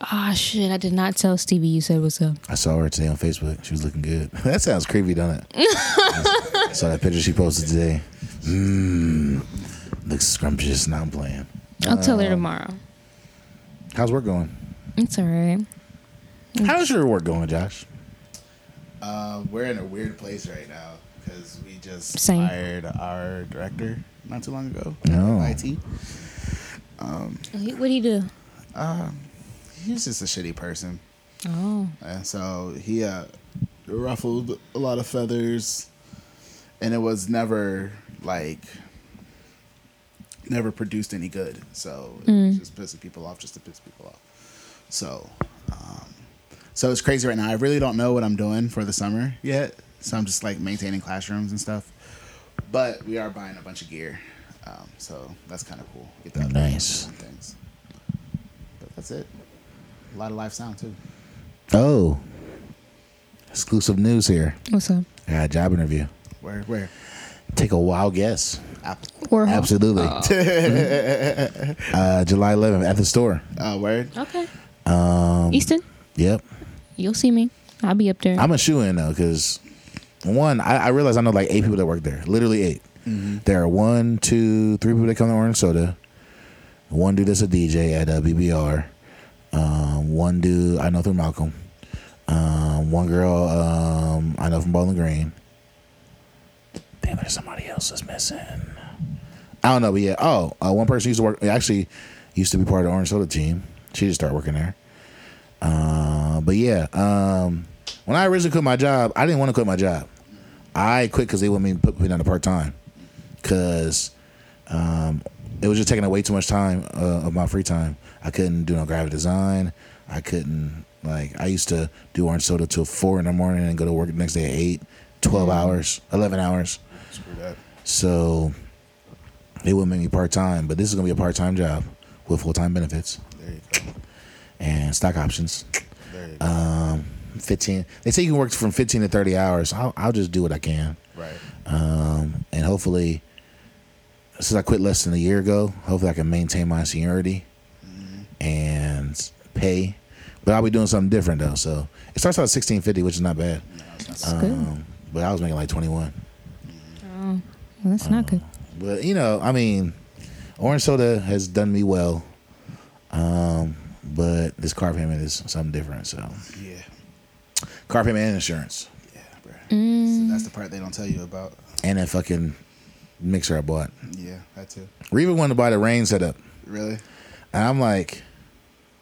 [SPEAKER 3] Ah, shit! I did not tell Stevie you said what's up.
[SPEAKER 1] I saw her today on Facebook. She was looking good. that sounds creepy, doesn't it? I saw that picture she posted today. Mmm, looks scrumptious. Now I'm playing.
[SPEAKER 3] I'll tell her tomorrow.
[SPEAKER 1] How's work going?
[SPEAKER 3] It's all right.
[SPEAKER 1] How's your work going, Josh?
[SPEAKER 4] Uh, we're in a weird place right now because we just
[SPEAKER 3] Same.
[SPEAKER 4] fired our director not too long ago.
[SPEAKER 1] No.
[SPEAKER 4] IT.
[SPEAKER 3] What would he do?
[SPEAKER 4] He's just a shitty person.
[SPEAKER 3] Oh,
[SPEAKER 4] And so he uh, ruffled a lot of feathers, and it was never like never produced any good. So it was just pissing people off, just to piss people off. So, um, so it's crazy right now. I really don't know what I'm doing for the summer yet. So I'm just like maintaining classrooms and stuff. But we are buying a bunch of gear, um, so that's kind of cool. Get the upgrades
[SPEAKER 1] Nice.
[SPEAKER 4] and things. But that's it. A lot of live sound too.
[SPEAKER 1] Oh, exclusive news here.
[SPEAKER 3] what's up?
[SPEAKER 1] I got a job interview.
[SPEAKER 4] Where where?
[SPEAKER 1] Take a wild guess.
[SPEAKER 3] Warhol.
[SPEAKER 1] Absolutely. uh, July 11th at the store.
[SPEAKER 4] Uh, word.
[SPEAKER 3] Okay.
[SPEAKER 1] Um,
[SPEAKER 3] Easton,
[SPEAKER 1] Yep.
[SPEAKER 3] you'll see me. I'll be up there.
[SPEAKER 1] I'm a shoe in though, because one, I, I realize I know like eight people that work there. Literally 8 There are one, two, three people that come to Orange Soda. One dude that's a DJ at uh, BBR. Um, one dude I know through Malcolm. Um, one girl um, I know from Bowling Green. Damn, there's somebody else that's missing. I don't know, but yeah. Oh, uh, one person used to work. Actually, used to be part of the Orange Soda team. She just started working there. Uh, but yeah, um, when I originally quit my job, I didn't want to quit my job. I quit because they wanted me to put me down to part time because um, it was just taking away too much time uh, of my free time. I couldn't do no graphic design. I couldn't like I used to do orange soda till four in the morning and go to work the next day at eight, 12 hours, eleven hours. So they wouldn't make me part time, but this is gonna be a part time job with full time benefits
[SPEAKER 4] There you go.
[SPEAKER 1] and stock options.
[SPEAKER 4] There you go.
[SPEAKER 1] Um, fifteen. They say you can work from fifteen to thirty hours. I'll, I'll just do what I can,
[SPEAKER 4] right.
[SPEAKER 1] um, and hopefully, since I quit less than a year ago, hopefully I can maintain my seniority
[SPEAKER 4] Mm-hmm.
[SPEAKER 1] and pay. But I'll be doing something different though. So it starts out at sixteen fifty, which is not bad.
[SPEAKER 4] Mm-hmm.
[SPEAKER 3] That's good.
[SPEAKER 1] Oh. Um, but I was making like twenty one.
[SPEAKER 3] Well, that's not good.
[SPEAKER 1] But you know, I mean, orange soda has done me well. Um, but this car payment is something different. So
[SPEAKER 4] Yeah,
[SPEAKER 1] car payment and insurance
[SPEAKER 4] yeah, bro. So that's the part they don't tell you about.
[SPEAKER 1] and that fucking mixer I bought.
[SPEAKER 4] Yeah, that too.
[SPEAKER 1] Reba wanted to buy the rain setup,
[SPEAKER 4] Really?
[SPEAKER 1] and I'm like,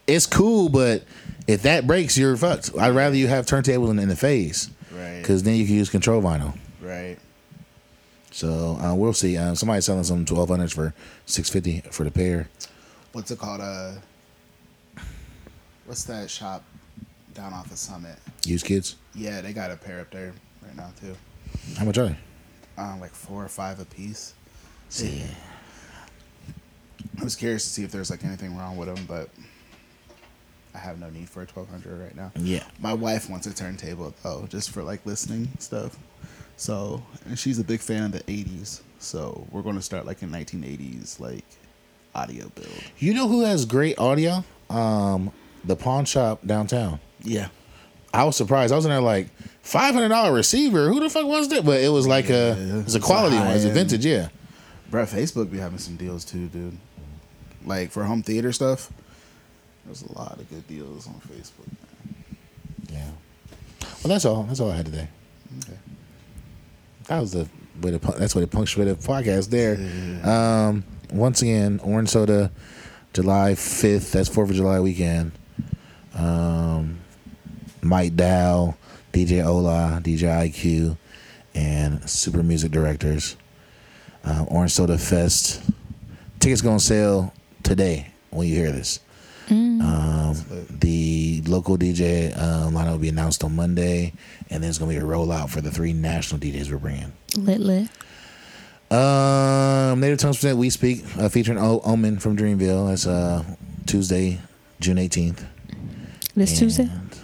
[SPEAKER 1] it's cool, but if that breaks, you're fucked. I'd rather you have turntables in, in the phase,
[SPEAKER 4] Right.
[SPEAKER 1] because then you can use control vinyl.
[SPEAKER 4] Right.
[SPEAKER 1] So uh, we'll see. Uh, somebody's selling some 1200s for 650 for the pair.
[SPEAKER 4] What's it called? Uh, what's that shop down off of Summit?
[SPEAKER 1] Use kids.
[SPEAKER 4] Yeah, they got a pair up there right now too.
[SPEAKER 1] How much are they?
[SPEAKER 4] Um, like four or five a piece. See. I was curious to see if there's like anything wrong with them, but I have no need for a 1200 right now.
[SPEAKER 1] Yeah.
[SPEAKER 4] My wife wants a turntable though, just for like listening stuff. So, and she's a big fan of the 80s. So, we're going to start like a 1980s like audio build.
[SPEAKER 1] You know who has great audio? Um, the pawn shop downtown.
[SPEAKER 4] Yeah.
[SPEAKER 1] I was surprised. I was in there like five hundred dollar receiver. Who the fuck was that? But it was like a it's
[SPEAKER 4] It's
[SPEAKER 1] a
[SPEAKER 4] a
[SPEAKER 1] quality one. It's a
[SPEAKER 4] high-end.
[SPEAKER 1] vintage. Yeah.
[SPEAKER 4] Bro, Facebook be having some deals too, dude. Like for home theater stuff, there's a lot of good deals on Facebook.
[SPEAKER 1] Yeah. Well, that's all. That's all I had today.
[SPEAKER 4] Okay.
[SPEAKER 1] That was the way to pun- that's what it punctuated the podcast there. Um, once again, orange soda, July fifth. That's Fourth of July weekend. Um, Mike Dow, DJ Ola, DJ IQ, and Super Music Directors. Uh, orange Soda Fest tickets going sale today when you hear this. Um, the local DJ um, lineup will be announced on Monday, and there's going to be a rollout for the three national DJs we're bringing.
[SPEAKER 3] Lit lit.
[SPEAKER 1] Um, Native Tongues present We Speak uh, featuring o- Omen from Dreamville. That's uh, Tuesday, June 18th.
[SPEAKER 3] This Tuesday.
[SPEAKER 1] And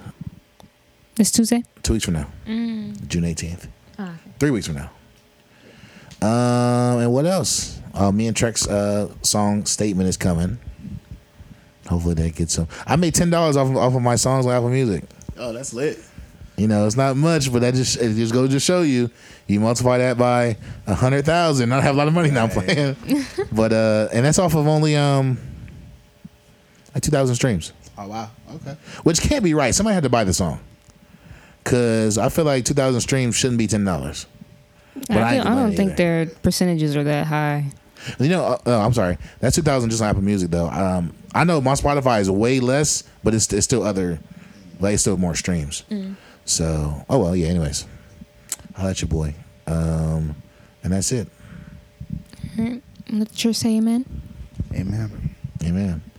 [SPEAKER 3] This Tuesday.
[SPEAKER 1] Two weeks from now, June 18th.
[SPEAKER 3] Mm. Ah,
[SPEAKER 1] Three weeks from now. Um, and what else? Uh, me and Trek's uh, song statement is coming. Hopefully that gets some. I made ten dollars off of, off of my songs on Apple Music.
[SPEAKER 4] Oh, that's lit.
[SPEAKER 1] You know, it's not much, but that just it just goes to show you. You multiply that by a hundred thousand. I have a lot of money now. I'm playing, but uh, and that's off of only um, like two thousand streams,
[SPEAKER 4] Oh wow. Okay.
[SPEAKER 1] which can't be right. Somebody had to buy the song, cause I feel like two thousand streams shouldn't be ten dollars. I
[SPEAKER 3] I,
[SPEAKER 1] ain't
[SPEAKER 3] feel- I
[SPEAKER 1] gonna
[SPEAKER 3] don't
[SPEAKER 1] buy it
[SPEAKER 3] think
[SPEAKER 1] either.
[SPEAKER 3] their percentages are that high.
[SPEAKER 1] You know, uh, oh, I'm sorry. That's 2000 just on Apple Music though. Um, I know my Spotify is way less, but it's, it's still other, like it's still more streams. So, oh well, yeah. Anyways, I'll let your boy. Um, and that's it.
[SPEAKER 3] Let the church say amen.
[SPEAKER 4] Amen.
[SPEAKER 1] Amen.